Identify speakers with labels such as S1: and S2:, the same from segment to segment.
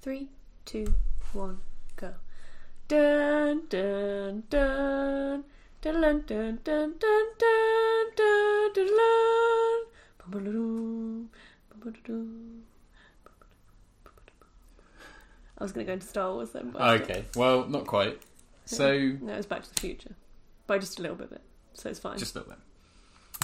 S1: Three, two, one, go. Dun dun dun dun dun dun dun dun dun dun dun dun. Bum-ba-da-doo, bum-ba-da-doo, bum-ba-da-doo. I was going to go into Star Wars then. but I stopped.
S2: Okay, well, not quite. So,
S1: No, it's Back to the Future. By just a little bit, so it's fine.
S2: just look then.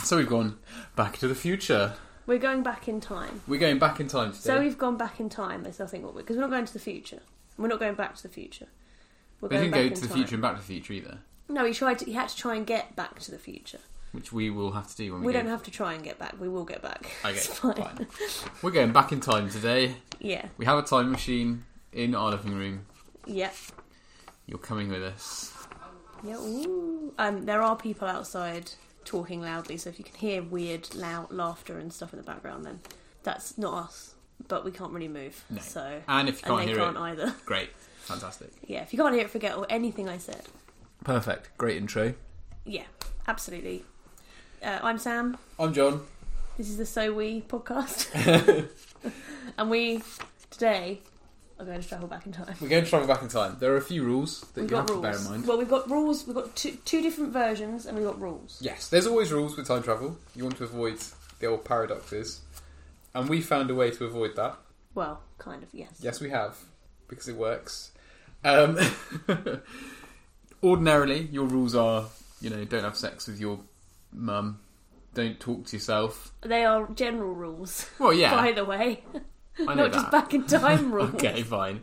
S2: So we've gone back to the future.
S1: We're going back in time.
S2: We're going back in time today.
S1: So we've gone back in time, is I think what we're because we're not going to the future. We're not going back to the future. We're
S2: we
S1: going
S2: didn't
S1: back
S2: go
S1: in
S2: to the
S1: time.
S2: future and back to the future either,
S1: No, he tried. To, he had to try and get back to the future.
S2: which we will have to do when we,
S1: We
S2: go.
S1: don't have to try and get back. We will get back.
S2: Okay,
S1: It's fine.
S2: fine. We're going back in time today.
S1: Yeah,
S2: We have a time machine in our living room.
S1: yeah,
S2: You're coming with us.
S1: yeah. Ooh. Um, there are people outside talking loudly, so if you can hear weird, loud laughter and stuff in the background, then that's not us. But we can't really move.
S2: No.
S1: So
S2: And if you can't
S1: and they
S2: hear
S1: can't
S2: it,
S1: either.
S2: great. Fantastic.
S1: yeah, if you can't hear it, forget all, anything I said.
S2: Perfect. Great intro.
S1: Yeah, absolutely. Uh, I'm Sam.
S2: I'm John.
S1: This is the So We podcast, and we today are going to travel back in time.
S2: We're going to travel back in time. There are a few rules that
S1: We've
S2: you
S1: got
S2: have
S1: rules.
S2: to bear in mind.
S1: Well, we've got rules. We've got two, two different versions, and we've got rules.
S2: Yes, there's always rules with time travel. You want to avoid the old paradoxes. And we found a way to avoid that.
S1: Well, kind of. Yes.
S2: Yes, we have, because it works. Um, ordinarily, your rules are, you know, don't have sex with your mum, don't talk to yourself.
S1: They are general rules,
S2: Well, yeah,
S1: by the way,
S2: I know
S1: not
S2: that.
S1: just back in time rules.
S2: Okay, fine.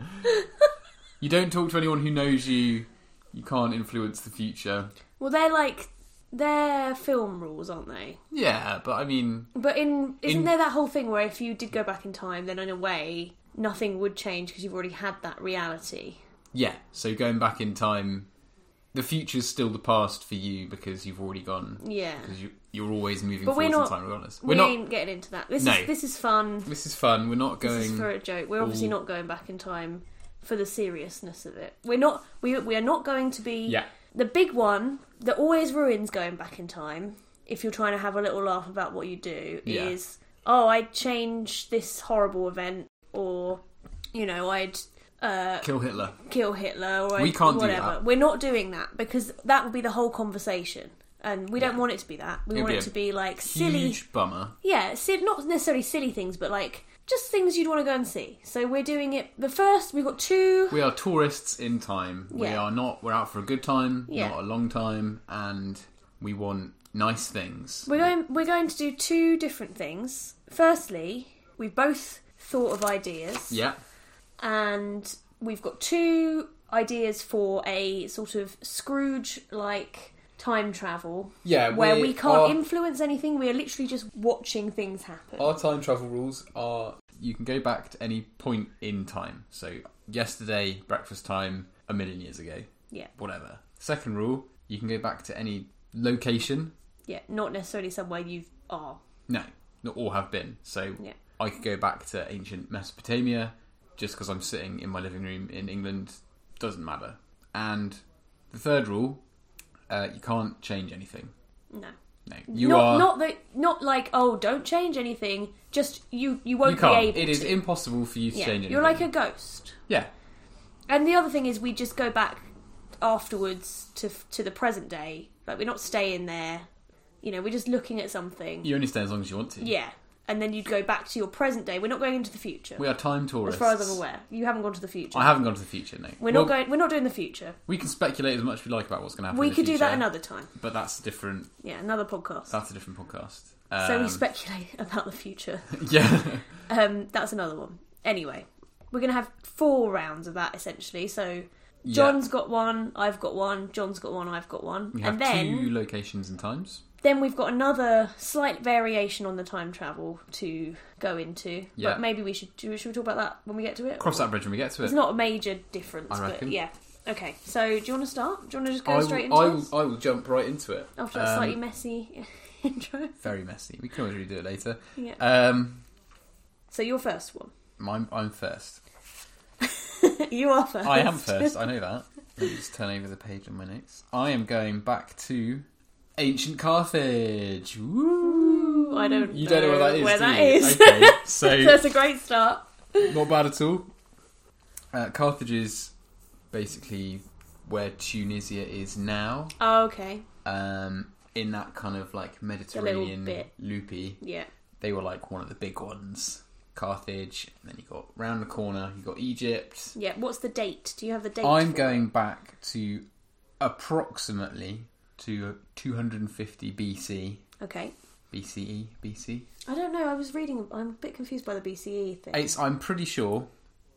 S2: you don't talk to anyone who knows you. You can't influence the future.
S1: Well, they're like they're film rules, aren't they?
S2: Yeah, but I mean,
S1: But in isn't
S2: In-
S1: there that whole thing where if you did go back in time, then in a way nothing would change because you've already had that reality.
S2: yeah. So going back in time, the future's still the past for you because you've already gone.
S1: Yeah.
S2: Because you, you're always moving
S1: But we're
S2: forward
S1: not-
S2: in time, regardless. We're
S1: we
S2: not.
S1: ain't getting into that. This
S2: No.
S1: is this is fun.
S2: This is fun. We're not going.
S1: This is for a joke. We're obviously
S2: all-
S1: not going back in time for the seriousness of it. We're not. We we are not going to be.
S2: Yeah.
S1: The big one that always ruins going back in time, if you're trying to have a little laugh about what you do,
S2: Yeah.
S1: is oh I'd change this horrible event, or you know I'd uh,
S2: Kill Hitler.
S1: kill Hitler, or I'd,
S2: We can't do
S1: whatever.
S2: that.
S1: We're not doing that because that would be the whole conversation. And we don't want it to be that. We
S2: It'd
S1: want
S2: be
S1: it to
S2: a
S1: be like silly,
S2: Huge bummer.
S1: yeah, si- not necessarily silly things, but like just things you'd want to go and see. So we're doing it. The first, we've got two.
S2: We are tourists in time. We
S1: Yeah.
S2: are not. We're out for a good time,
S1: Yeah.
S2: not a long time, and we want nice things.
S1: We're going. We're going to do two different things. Firstly, we both thought of ideas,
S2: yeah,
S1: and we've got two ideas for a sort of Scrooge-like time travel
S2: yeah.
S1: where
S2: we're-
S1: we can't
S2: our,
S1: influence anything. We are literally just watching things happen.
S2: our time travel rules are: you can go back to any point in time. So yesterday, breakfast time, a million years ago,
S1: yeah,
S2: whatever. Second rule: you can go back to any location.
S1: yeah, not necessarily somewhere you are.
S2: No, not all have been. So
S1: Yeah.
S2: I could go back to ancient Mesopotamia just because I'm sitting in my living room in England. Doesn't matter. And the third rule, uh, you can't change anything.
S1: No.
S2: No, you
S1: not,
S2: are.
S1: not that not like oh don't change anything just you you won't
S2: you can't.
S1: be able
S2: It is
S1: to
S2: impossible for you to
S1: yeah.
S2: change anything.
S1: you're like a ghost
S2: yeah,
S1: and the other thing is we just go back afterwards to to the present day like we're not staying there you know we're just looking at something
S2: you only stay as long as you want to.
S1: yeah and then you'd go back to your present day we're not going into the future
S2: we are time
S1: as
S2: tourists.
S1: far as I'm aware you haven't gone to the future
S2: I haven't gone to the future. No,
S1: we're
S2: Well,
S1: not going we're not doing the future
S2: We can speculate as much as we like about what's going to happen.
S1: we
S2: in the
S1: could do that
S2: future,
S1: another time
S2: But that's a different.
S1: yeah another podcast
S2: That's a different podcast.
S1: so we
S2: Um,
S1: speculate about the future
S2: yeah.
S1: Um, that's another one. Anyway, we're going to have four rounds of that essentially. So
S2: Yeah.
S1: John's got one, I've got one, John's got one, I've got one,
S2: We have
S1: and then
S2: two locations and times.
S1: then we've got another slight variation on the time travel to go into.
S2: Yeah.
S1: But maybe we should do- should we talk about that when we get to it?
S2: Cross that bridge when we get to it.
S1: It's not a major difference,
S2: I
S1: but
S2: reckon.
S1: yeah. Okay, so do you want to start? Do you want to just go
S2: I
S1: straight
S2: will, I
S1: into
S2: will,
S1: this
S2: I will jump right into it.
S1: after that
S2: Um,
S1: slightly messy intro?
S2: Very messy. We can always redo it later.
S1: Yeah.
S2: Um,
S1: so your first one.
S2: I'm, I'm first.
S1: you are first.
S2: I am first. I know that. Let me just turn over the page on my notes. I am going back to ancient Carthage. Woo!
S1: I don't
S2: You don't know what that is.
S1: where
S2: do
S1: that
S2: you?
S1: is.
S2: Okay.
S1: That's
S2: So
S1: a great start.
S2: not bad at all. Uh, Carthage is basically where Tunisia is now,
S1: Oh, okay.
S2: um, in that kind of like Mediterranean
S1: bit.
S2: loopy.
S1: Yeah.
S2: They were like one of the big ones. Carthage, and then you got round the corner, you got Egypt.
S1: Yeah. What's the date? Do you have the date?
S2: I'm
S1: for
S2: going back to approximately to 250 BC,
S1: it? Okay.
S2: BCE, BC.
S1: I don't know. I was reading. I'm a bit confused by the BCE thing.
S2: It's, I'm pretty sure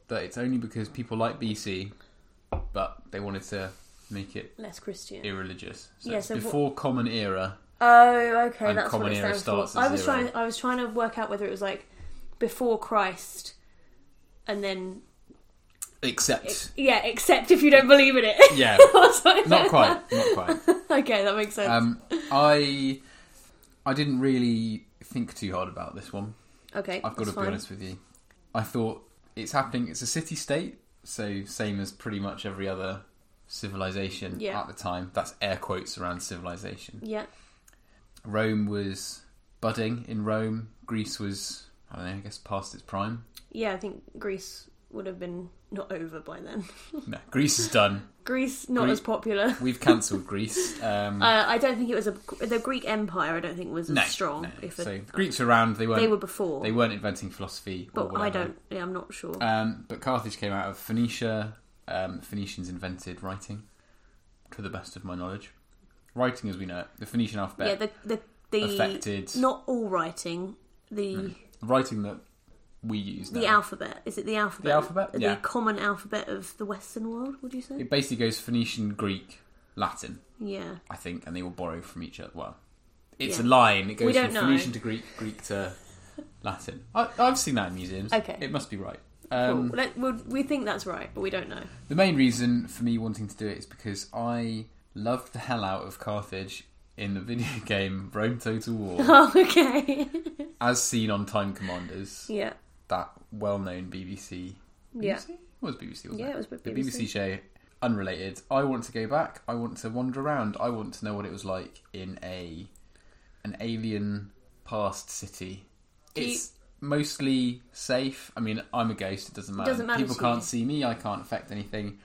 S2: that it's only because people like BC, but they wanted to make it
S1: Less Christian.
S2: irreligious. So
S1: Yeah,
S2: it's
S1: so what-
S2: before Common Era.
S1: Oh, okay,
S2: And
S1: that's
S2: Common
S1: what it
S2: Era
S1: stands for.
S2: starts at
S1: I was
S2: zero.
S1: trying. I was trying to work out whether it was like before Christ, and then
S2: Except,
S1: yeah, except if you don't believe in it.
S2: yeah,
S1: I was like-
S2: not quite, not quite.
S1: okay, that makes sense.
S2: Um, I, I didn't really think too hard about this one.
S1: okay,
S2: I've got
S1: that's
S2: to
S1: fine.
S2: be honest with you. I thought it's happening. It's a city state, so same as pretty much every other civilization
S1: Yeah.
S2: at the time. That's air quotes around civilization.
S1: Yeah,
S2: Rome was budding in Rome. Greece was, I don't know, I guess past its prime.
S1: yeah. I think Greece would have been not over by then.
S2: No, Greece is done.
S1: Greece not
S2: Gre-
S1: as popular.
S2: We've cancelled Greece. Um,
S1: Uh, I don't think it was a the Greek Empire. I don't think was as
S2: no,
S1: strong.
S2: no.
S1: If
S2: so
S1: it,
S2: the Greeks were around. They weren't.
S1: they were before,
S2: They weren't inventing philosophy. or
S1: but I
S2: whatever.
S1: don't. Yeah, I'm not sure.
S2: Um, but Carthage came out of Phoenicia. Um, Phoenicians invented writing, to the best of my knowledge. Writing as we know it, the Phoenician alphabet,
S1: yeah, the the, the
S2: affected Mm,
S1: not all writing. The
S2: writing that we use now.
S1: The alphabet. Is it the alphabet?
S2: The alphabet?
S1: The
S2: Yeah.
S1: common alphabet of the Western world, would you say?
S2: it basically goes Phoenician, Greek, Latin,
S1: Yeah.
S2: I think, and they all borrow from each other. Well, it's
S1: Yeah.
S2: a line. It
S1: We
S2: goes
S1: don't
S2: from
S1: know.
S2: Phoenician to Greek, Greek to Latin. I, I've seen that in museums.
S1: Okay.
S2: it must be right. Um,
S1: cool. Let, we we think that's right, but we don't know.
S2: The main reason for me wanting to do it is because I loved the hell out of Carthage in the video game Rome Total War,
S1: Oh, okay.
S2: as seen on Time Commanders,
S1: yeah.
S2: that well-known BBC.
S1: Yeah.
S2: BBC? It was BBC, wasn't
S1: Yeah,
S2: it?
S1: it was with
S2: The
S1: BBC.
S2: BBC show, unrelated. I want to go back. I want to wander around. I want to know what it was like in a an alien past city.
S1: Do you-
S2: It's mostly safe. I mean, I'm a ghost. It doesn't matter.
S1: doesn't matter
S2: People
S1: to
S2: can't
S1: you.
S2: see me. I can't affect anything.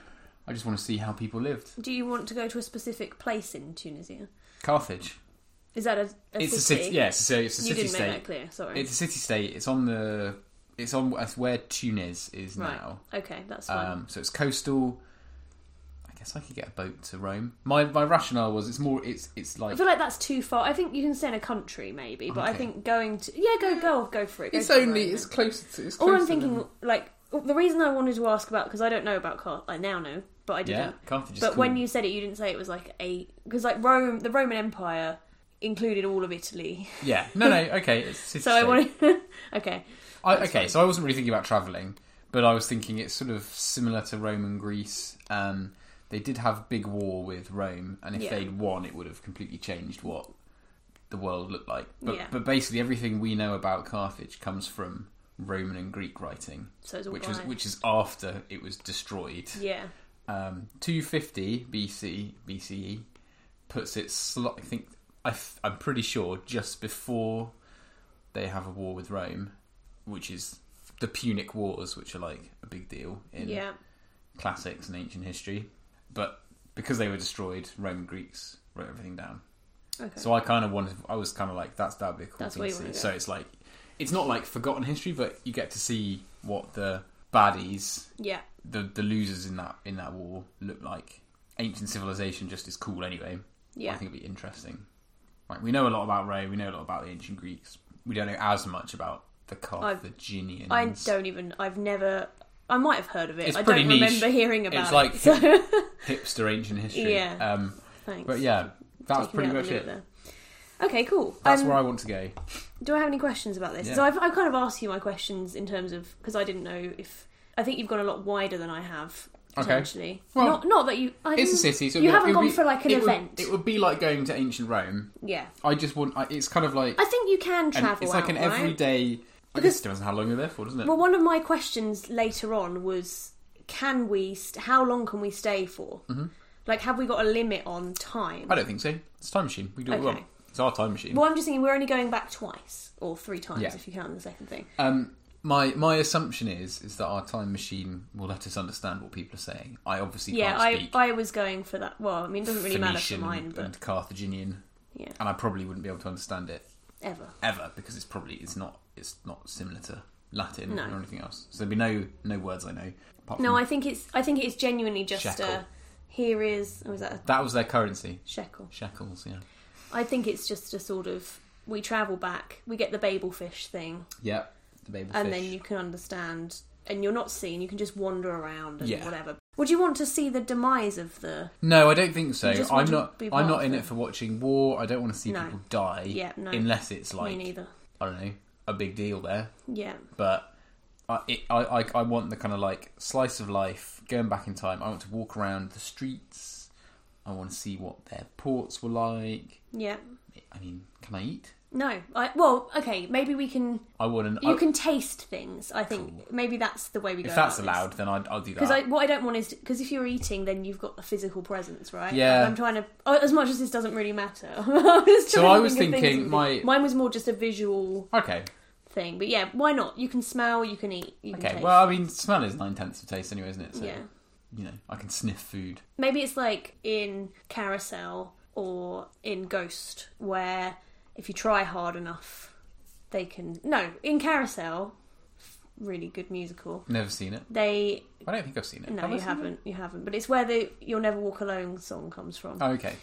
S2: I just want to see how people lived.
S1: Do you want to go to a specific place in Tunisia?
S2: Carthage.
S1: Is that a, a
S2: it's
S1: city?
S2: a city. Yeah, it's a, ci- it's a
S1: you
S2: city
S1: didn't make
S2: state.
S1: that clear. Sorry.
S2: It's a city state. It's on the. It's on that's where Tunis is
S1: right.
S2: now.
S1: Okay, that's fine.
S2: Um, so it's coastal. I guess I could get a boat to Rome. My my rationale was it's more. It's it's
S1: I
S2: like
S1: feel like that's too far. I think you can say in a country maybe, but I
S2: Okay.
S1: think going to yeah, go go go for it. Go
S2: it's
S1: for it,
S2: only
S1: Roman.
S2: it's closer to. It's
S1: All
S2: closer
S1: I'm thinking,
S2: than-
S1: like the reason I wanted to ask about because I don't know about Carthage. I now know, but I didn't.
S2: yeah, Carthage. Is
S1: But when
S2: cool.
S1: you said it, you didn't say it was like a because like Rome, the Roman Empire included all of Italy.
S2: yeah no no okay it's a city
S1: So I
S2: state.
S1: wanted okay,
S2: I, okay, so I wasn't really thinking about travelling, but I was thinking it's sort of similar to Rome and Greece. Um, they did have big war with Rome, and if
S1: Yeah.
S2: they'd won, it would have completely changed what the world looked like. But,
S1: Yeah.
S2: but basically, everything we know about Carthage comes from Roman and Greek writing,
S1: so it's all
S2: which
S1: biased.
S2: was which is after it was destroyed.
S1: yeah,
S2: Um, 250 BC BCE E puts it. Sl- I think I f- I'm pretty sure just before they have a war with Rome, which is the Punic Wars, which are like a big deal in
S1: yeah,
S2: classics and ancient history. But because they were destroyed, Roman Greeks wrote everything down.
S1: okay,
S2: So I kind of wanted. I was kind of like, that's that'd be a cool
S1: That's
S2: thing
S1: where
S2: to
S1: you
S2: see.
S1: wanna go.
S2: So it's like, it's not like forgotten history, but you get to see what the baddies
S1: yeah,
S2: the the losers in that in that war look like. Ancient civilization just is cool anyway. I
S1: yeah,
S2: think it'd be interesting. Like we know a lot about Rome, we know a lot about the ancient Greeks. We don't know as much about the Carthaginians.
S1: I don't even. I've never. I might have heard of it.
S2: It's
S1: I
S2: pretty
S1: don't
S2: niche.
S1: remember hearing about
S2: It's
S1: it.
S2: like
S1: so,
S2: hipster ancient history.
S1: Yeah.
S2: Um,
S1: thanks.
S2: but yeah,
S1: Taking
S2: that's
S1: me out
S2: pretty
S1: of
S2: much
S1: the
S2: it.
S1: loop there. Okay, cool.
S2: That's
S1: Um,
S2: where I want to go.
S1: Do I have any questions about this?
S2: Yeah.
S1: So I've, I've kind of asked you my questions in terms of because I didn't know if I think you've gone a lot wider than I have
S2: Okay.
S1: potentially.
S2: Well,
S1: not not that you. I
S2: It's a
S1: didn't-
S2: city, so
S1: um, you
S2: it'll-
S1: haven't
S2: it'll
S1: gone
S2: be-
S1: for like an
S2: it would-
S1: event.
S2: it would be like going to ancient Rome.
S1: Yeah,
S2: I just want. I, it's kind of like
S1: I think you can
S2: an,
S1: travel.
S2: it's like
S1: out,
S2: an
S1: right?
S2: everyday. I guess it depends on how long you're there for, doesn't it?
S1: Well, one of my questions later on was, can we? St- how long can we stay for? Mm-hmm. Like, have we got a limit on time?
S2: I don't think so. It's a time machine. We do it
S1: Okay.
S2: well. It's our time machine.
S1: Well, I'm just thinking we're only going back twice or three times
S2: Yeah.
S1: if you count the second thing.
S2: Um, my my assumption is is that our time machine will let us understand what people are saying. I obviously
S1: yeah,
S2: can't
S1: I,
S2: speak
S1: I was going for that. Well, I mean, it doesn't really matter for
S2: Phoenician
S1: mine, but
S2: and Carthaginian,
S1: yeah,
S2: and I probably wouldn't be able to understand it
S1: ever.
S2: ever because it's probably it's not it's not similar to Latin
S1: No.
S2: or anything else. So there'd be no no words I know. Apart
S1: No,
S2: from-
S1: I think it's I think it's genuinely just
S2: Mm. Shekel.
S1: a here is or is that a
S2: that was their currency
S1: shekel?
S2: shekels. Yeah,
S1: I think it's just a sort of we travel back, we get the Babel fish thing,
S2: yeah, the baby
S1: and
S2: fish.
S1: then you can understand, and you're not seen. You can just wander around and
S2: Yeah.
S1: whatever. Would you want to see the demise of the?
S2: No, I don't think so.
S1: You just
S2: I'm
S1: want to
S2: not.
S1: be
S2: I'm
S1: part
S2: not
S1: of
S2: in
S1: it.
S2: it for watching war. I don't want to see
S1: No.
S2: people die.
S1: Yeah, no.
S2: Unless it's
S1: Me
S2: like
S1: neither.
S2: I don't know a big deal there,
S1: Yeah,
S2: but I, it, I I I want the kind of like slice of life going back in time. I want to walk around the streets. I want to see what their ports were like.
S1: yeah.
S2: I mean, can I eat?
S1: No, I well, okay, maybe we can.
S2: I want to.
S1: You can taste things. I think maybe that's the way we go.
S2: if that's allowed, then I'd, I'll do that.
S1: Because I, what I don't want is because if you're eating, then you've got the physical presence, right?
S2: Yeah.
S1: I'm trying to. oh, As much as this doesn't really matter. I'm just
S2: So
S1: trying
S2: I
S1: to
S2: was
S1: think of
S2: thinking
S1: things-
S2: my-
S1: mine was more just a visual
S2: Okay.
S1: thing, but yeah, why not? You can smell, you can eat, you can
S2: Okay.
S1: taste.
S2: Well, I mean, smell is nine tenths of taste anyway, isn't it? So,
S1: yeah.
S2: You know, I can sniff food.
S1: Maybe it's like in Carousel or in Ghost, where if you try hard enough, they can. No, in Carousel, really good musical.
S2: Never seen it.
S1: They
S2: I don't think I've seen it.
S1: no,
S2: Have I
S1: you
S2: seen it?
S1: haven't, you haven't. But it's where the "You'll Never Walk Alone" song comes from.
S2: Oh, okay.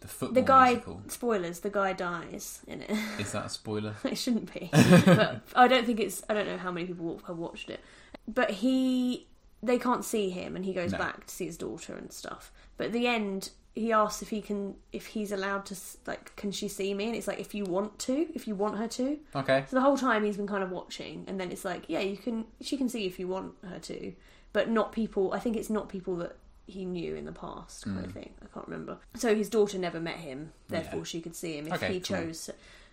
S2: The football
S1: the guy
S2: musical.
S1: spoilers. The guy dies in it.
S2: Is that a spoiler?
S1: it shouldn't be, but I don't think it's. I don't know how many people have watched it, but he they can't see him, and he goes
S2: No.
S1: back to see his daughter and stuff. But at the end, he asks if he can, if he's allowed to, s- like, can she see me? And it's like, if you want to, if you want her to.
S2: Okay.
S1: So the whole time he's been kind of watching, and then it's like, yeah, you can. She can see if you want her to, but not people. I think it's not people that he knew in the past kind of thing. I can't remember. So his daughter never met him, therefore
S2: Hmm. Yeah.
S1: she could see him if
S2: Okay,
S1: he
S2: cool.
S1: chose.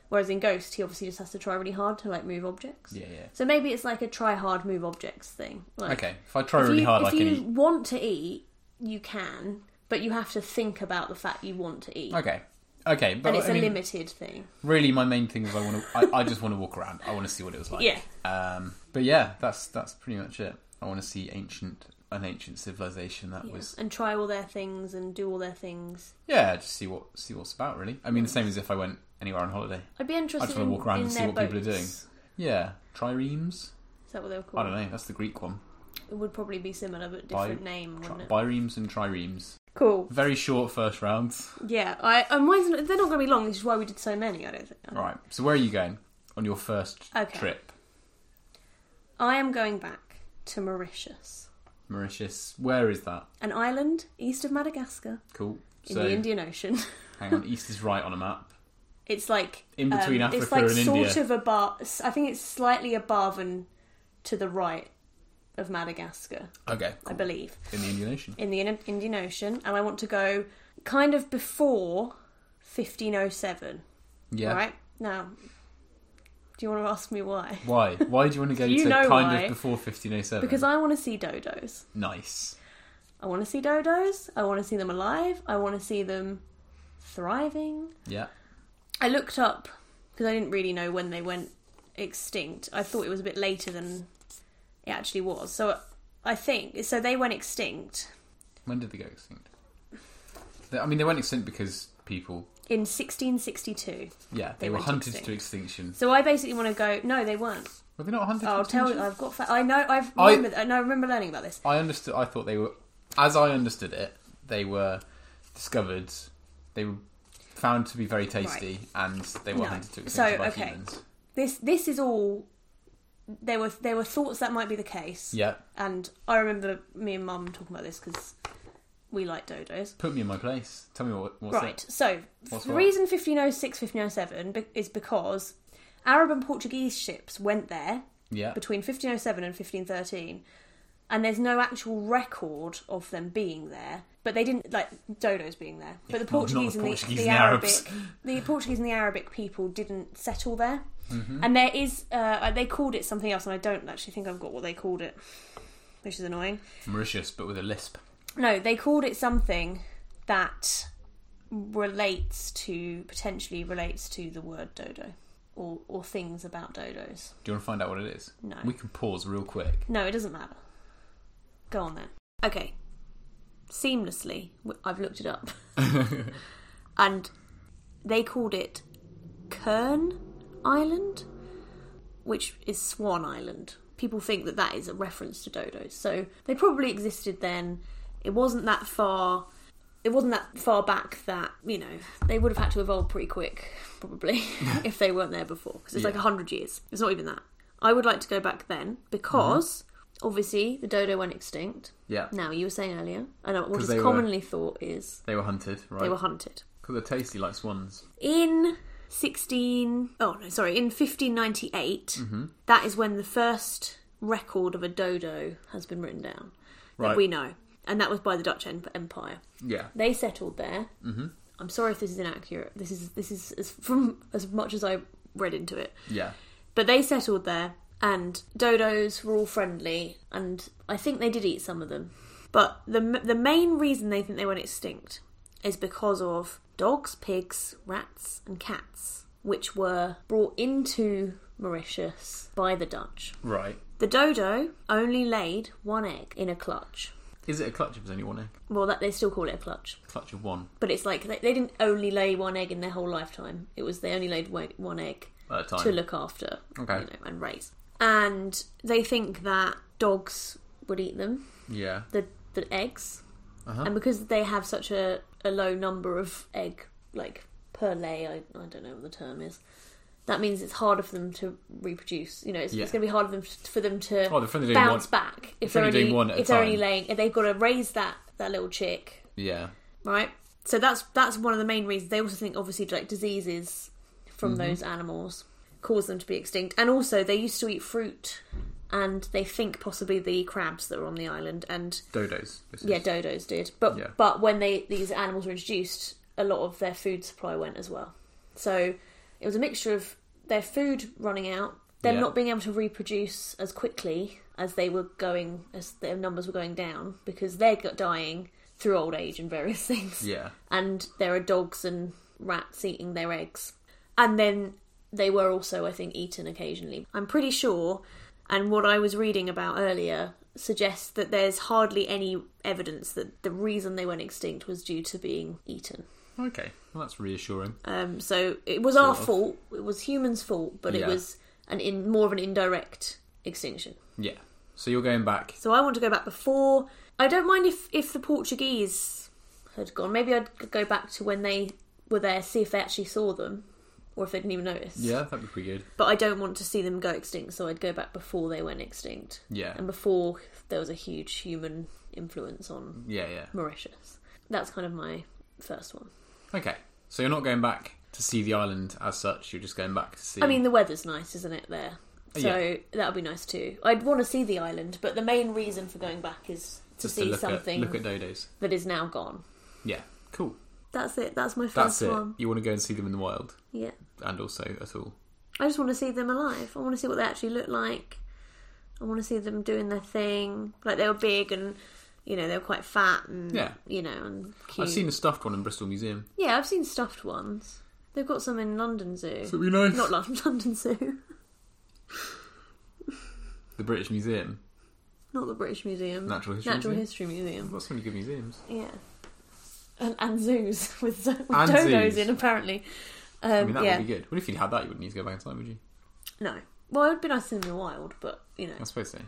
S1: Whereas in Ghost, he obviously just has to try really hard to like move objects.
S2: Yeah, yeah.
S1: So maybe it's like a try hard move objects thing. Like,
S2: Okay. If I try
S1: if
S2: really
S1: you,
S2: hard,
S1: if
S2: I can
S1: you
S2: eat.
S1: want to eat, you can, but you have to think about the fact you want to eat,
S2: Okay. Okay. But
S1: and it's
S2: I mean,
S1: a limited thing.
S2: really, my main thing is I want to. I, I just want to walk around. I want to see what it was like.
S1: Yeah.
S2: Um. But yeah, that's that's pretty much it. I want to see ancient an ancient civilization that
S1: Yeah.
S2: was.
S1: And try all their things and do all their things.
S2: Yeah. Just see what see what's about. Really. I mean, the same as if I went anywhere on holiday.
S1: I'd be interested.
S2: I just wanna
S1: in,
S2: walk around
S1: in
S2: and see
S1: their
S2: what people are
S1: boats.
S2: doing. Yeah. Triremes.
S1: Is that what they were
S2: I
S1: called?
S2: don't know. That's the Greek one.
S1: It would probably be similar but
S2: Bi-
S1: different name,
S2: Tri-
S1: wouldn't it?
S2: biremes and triremes.
S1: Cool.
S2: Very short first rounds.
S1: Yeah, I and mine's not, they're not going to be long. This is why we did so many. I don't think.
S2: Right. So where are you going on your first
S1: Mm. Okay.
S2: trip?
S1: I am going back to Mauritius,
S2: Mauritius. Where is that?
S1: an island east of Madagascar
S2: Cool.
S1: in
S2: so
S1: the Indian Ocean.
S2: hang on, east is right on a map.
S1: it's like
S2: In between
S1: um,
S2: Africa
S1: it's like
S2: and
S1: sort
S2: India.
S1: of above. I think it's slightly above and to the right of Madagascar,
S2: Okay.
S1: I believe.
S2: In the Indian Ocean.
S1: in the In- Indian Ocean, and I want to go kind of before 1507.
S2: Yeah.
S1: Right now, do you want to ask me why?
S2: Why? Why do you want to go
S1: You
S2: to
S1: know
S2: kind
S1: why.
S2: of before 1507?
S1: Because I want to see dodos.
S2: nice.
S1: I want to see dodos. I want to see them alive. I want to see them thriving.
S2: Yeah.
S1: I looked up because I didn't really know when they went extinct. I thought it was a bit later than it actually was. So I think so. They went extinct
S2: When did they go extinct? They, I mean, they went extinct because people.
S1: in 1662.
S2: Yeah, they,
S1: They
S2: were
S1: went
S2: hunted
S1: extinct.
S2: to extinction.
S1: So I basically want to go. No, they weren't.
S2: Were they not hunted? to
S1: I'll tell you.
S2: extinction?
S1: I've got. Fa- I know. I've
S2: I-
S1: remembered, I know. I remember learning about this.
S2: I understood. I thought they were, as I understood it, they were discovered. They were found to be very tasty, and they were
S1: No.
S2: hunted to
S1: So,
S2: extinction by
S1: okay.
S2: humans.
S1: This. This is all. There were there were thoughts that might be the case.
S2: Yeah,
S1: And I remember me and Mum talking about this because we like dodos.
S2: put me in my place. Tell me what, what's
S1: right.
S2: it?
S1: So
S2: What's
S1: the
S2: what?
S1: reason 1506, 1507 be- is because Arab and Portuguese ships went there
S2: Yeah,
S1: between 1507 and 1513 and there's no actual record of them being there but they didn't like dodos being there but the
S2: not- not the
S1: portuguese, and the,
S2: Portuguese
S1: the
S2: and the
S1: arabic
S2: Arabs.
S1: the portuguese and the arabic people didn't settle there
S2: Mm-hmm.
S1: and there is uh, they called it something else and i don't actually think i've got what they called it which is annoying
S2: Mauritius, but with a lisp.
S1: no they called it something that relates to potentially relates to the word dodo or, or things about dodos.
S2: Do you want to find out what it is?
S1: No.
S2: We can pause real quick.
S1: No, it doesn't matter. Go on then. Okay. Seamlessly, w- I've looked it up. and they called it Kern Island, which is Swan Island. People think that that is a reference to dodos. So they probably existed then. It wasn't that far. It wasn't that far back that, you know, they would have had to evolve pretty quick, probably, if they weren't there before. Because it's like
S2: Yeah.
S1: like 100 years. It's not even that. I would like to go back then because, obviously, the dodo went extinct.
S2: Yeah.
S1: Now, you were saying earlier, and what
S2: 'Cause
S1: is
S2: they were-
S1: commonly thought is
S2: They were hunted, right?
S1: they were hunted.
S2: Because they're tasty like swans.
S1: in 16 oh no sorry in 1598
S2: Mm-hmm.
S1: that is when the first record of a dodo has been written down
S2: Right.
S1: that we know and that was by the dutch Em- empire
S2: Yeah.
S1: they settled there mm-hmm. i'm sorry if this is inaccurate this is this is as, from as much as i read into it
S2: Yeah.
S1: but they settled there, and dodos were all friendly, and I think they did eat some of them. But the m- the main reason they think they went extinct is because of dogs, pigs, rats, and cats, which were brought into Mauritius by the Dutch.
S2: Right.
S1: The dodo only laid one egg in a clutch.
S2: Is it a clutch if there's only one egg?
S1: Well, that they still call it a clutch,
S2: Clutch of one
S1: but it's like they, they didn't only lay one egg in their whole lifetime. It was they only laid wa- one egg
S2: at a time.
S1: to look after
S2: Okay.
S1: you know, and raise. And they think that dogs would eat them,
S2: Yeah.
S1: the, the eggs.
S2: Uh-huh.
S1: And because they have such a, a low number of egg, like per lay, I, I don't know what the term is, that means it's harder for them to reproduce. You know, it's,
S2: Yeah.
S1: it's going to be harder for them to, for them to
S2: Oh, they're only doing
S1: bounce
S2: one.
S1: back if
S2: they're
S1: they're,
S2: only
S1: only,
S2: doing one at a
S1: if they're only
S2: time.
S1: laying. If they've got to raise that, that little chick,
S2: Yeah.
S1: right? So that's that's one of the main reasons. They also think obviously like diseases from
S2: Mm-hmm.
S1: those animals cause them to be extinct, and also they used to eat fruit, and they think possibly the crabs that were on the island and
S2: Dodos. this is.
S1: yeah, dodos did. But
S2: Yeah.
S1: but when they these animals were introduced, a lot of their food supply went as well. So it was a mixture of their food running out, them
S2: Yeah.
S1: not being able to reproduce as quickly as they were going as their numbers were going down because they got dying through old age and various things
S2: Yeah.
S1: and there are dogs and rats eating their eggs. And then they were also, I think, eaten occasionally. I'm pretty sure, and what I was reading about earlier suggests that there's hardly any evidence that the reason they went extinct was due to being eaten.
S2: Okay. Well, that's reassuring.
S1: Um, so it was our
S2: of.
S1: fault, it was humans' fault, but
S2: Yeah.
S1: it was an in more of an indirect extinction.
S2: Yeah. So you're going back.
S1: So I want to go back before. I don't mind if if the Portuguese had gone. Maybe I'd go back to when they were there, see if they actually saw them, or if they didn't even notice.
S2: Yeah, that'd be pretty good.
S1: But I don't want to see them go extinct, so I'd go back before they went extinct
S2: Yeah.
S1: and before there was a huge human influence on
S2: Yeah, yeah.
S1: Mauritius. That's kind of my first one.
S2: Okay. So you're not going back to see the island as such. You're just going back to see.
S1: I mean, the weather's nice, isn't it? There, so
S2: Yeah.
S1: that would be nice too. I'd want to see the island, but the main reason for going back is to
S2: just
S1: see
S2: to look
S1: something
S2: at look at dodos.
S1: that is now gone.
S2: Yeah. Cool.
S1: That's it. That's my first
S2: That's it.
S1: one.
S2: You want to go and see them in the wild,
S1: Yeah.
S2: and also at all.
S1: I just want to see them alive. I want to see what they actually look like. I want to see them doing their thing. Like they were big and you know they were quite fat and
S2: Yeah.
S1: you know and cute.
S2: I've seen a stuffed one in Bristol Museum.
S1: yeah, I've seen stuffed ones. They've got some in London Zoo.
S2: That'd be nice.
S1: Not London, London Zoo.
S2: the British Museum.
S1: Not the British Museum.
S2: Natural History
S1: Natural
S2: Museum?
S1: History Museum.
S2: Got so many good museums.
S1: Yeah. And, and zoos with, zo- with
S2: And
S1: dodos
S2: zoos.
S1: in apparently. Um,
S2: I mean, that
S1: yeah.
S2: would be good. Well, if you'd had that, you wouldn't need to go back in time, would you?
S1: No. Well, it would be nice to see them in the wild, but you know.
S2: I suppose so.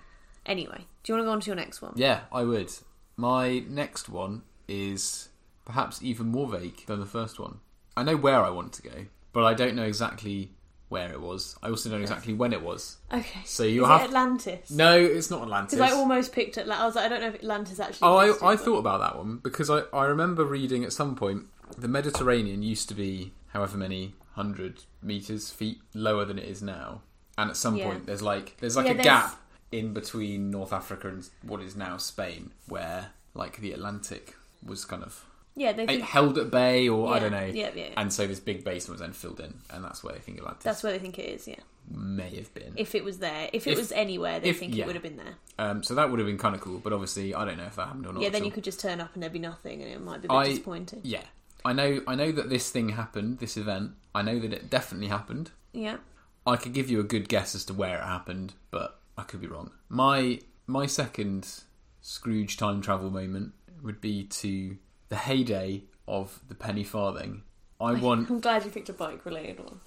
S1: Anyway, do you want to go on to your next one?
S2: Yeah, I would. My next one is perhaps even more vague than the first one. I know where I want to go, but I don't know exactly where it was. I also don't know exactly when it was.
S1: Okay.
S2: So you
S1: Is
S2: have-
S1: it Atlantis.
S2: No, it's not Atlantis.
S1: Because I almost picked Atlantis. I was like, I don't know if Atlantis actually.
S2: Oh,
S1: existed,
S2: I, I
S1: but-
S2: thought about that one because I, I remember reading at some point the Mediterranean used to be however many hundred meters, feet lower than it is now. And at some
S1: Yeah.
S2: point there's like there's like
S1: Yeah,
S2: a
S1: there's-
S2: gap in between North Africa and what is now Spain where like the Atlantic was kind of
S1: Yeah, they
S2: it
S1: think
S2: held at bay or I
S1: Yeah,
S2: don't know.
S1: yeah, yeah.
S2: And so this big basin was then filled in and that's where I think Atlantis
S1: that's where they think it is. Yeah,
S2: may have been.
S1: if it was there, if it
S2: If-
S1: was anywhere, they
S2: if-
S1: think
S2: yeah.
S1: it would have been there.
S2: Um, so that would have been kind of cool, but obviously I don't know if that happened or not.
S1: yeah, then
S2: so-
S1: you could just turn up and there'd be nothing, and it might be a bit
S2: I-
S1: disappointing.
S2: Yeah. I know I know that this thing happened, this event. I know that it definitely happened.
S1: Yeah,
S2: I could give you a good guess as to where it happened, but I could be wrong. My my second Scrooge time travel moment would be to the heyday of the penny farthing.
S1: Oh,
S2: I want
S1: I'm glad you picked a bike related one.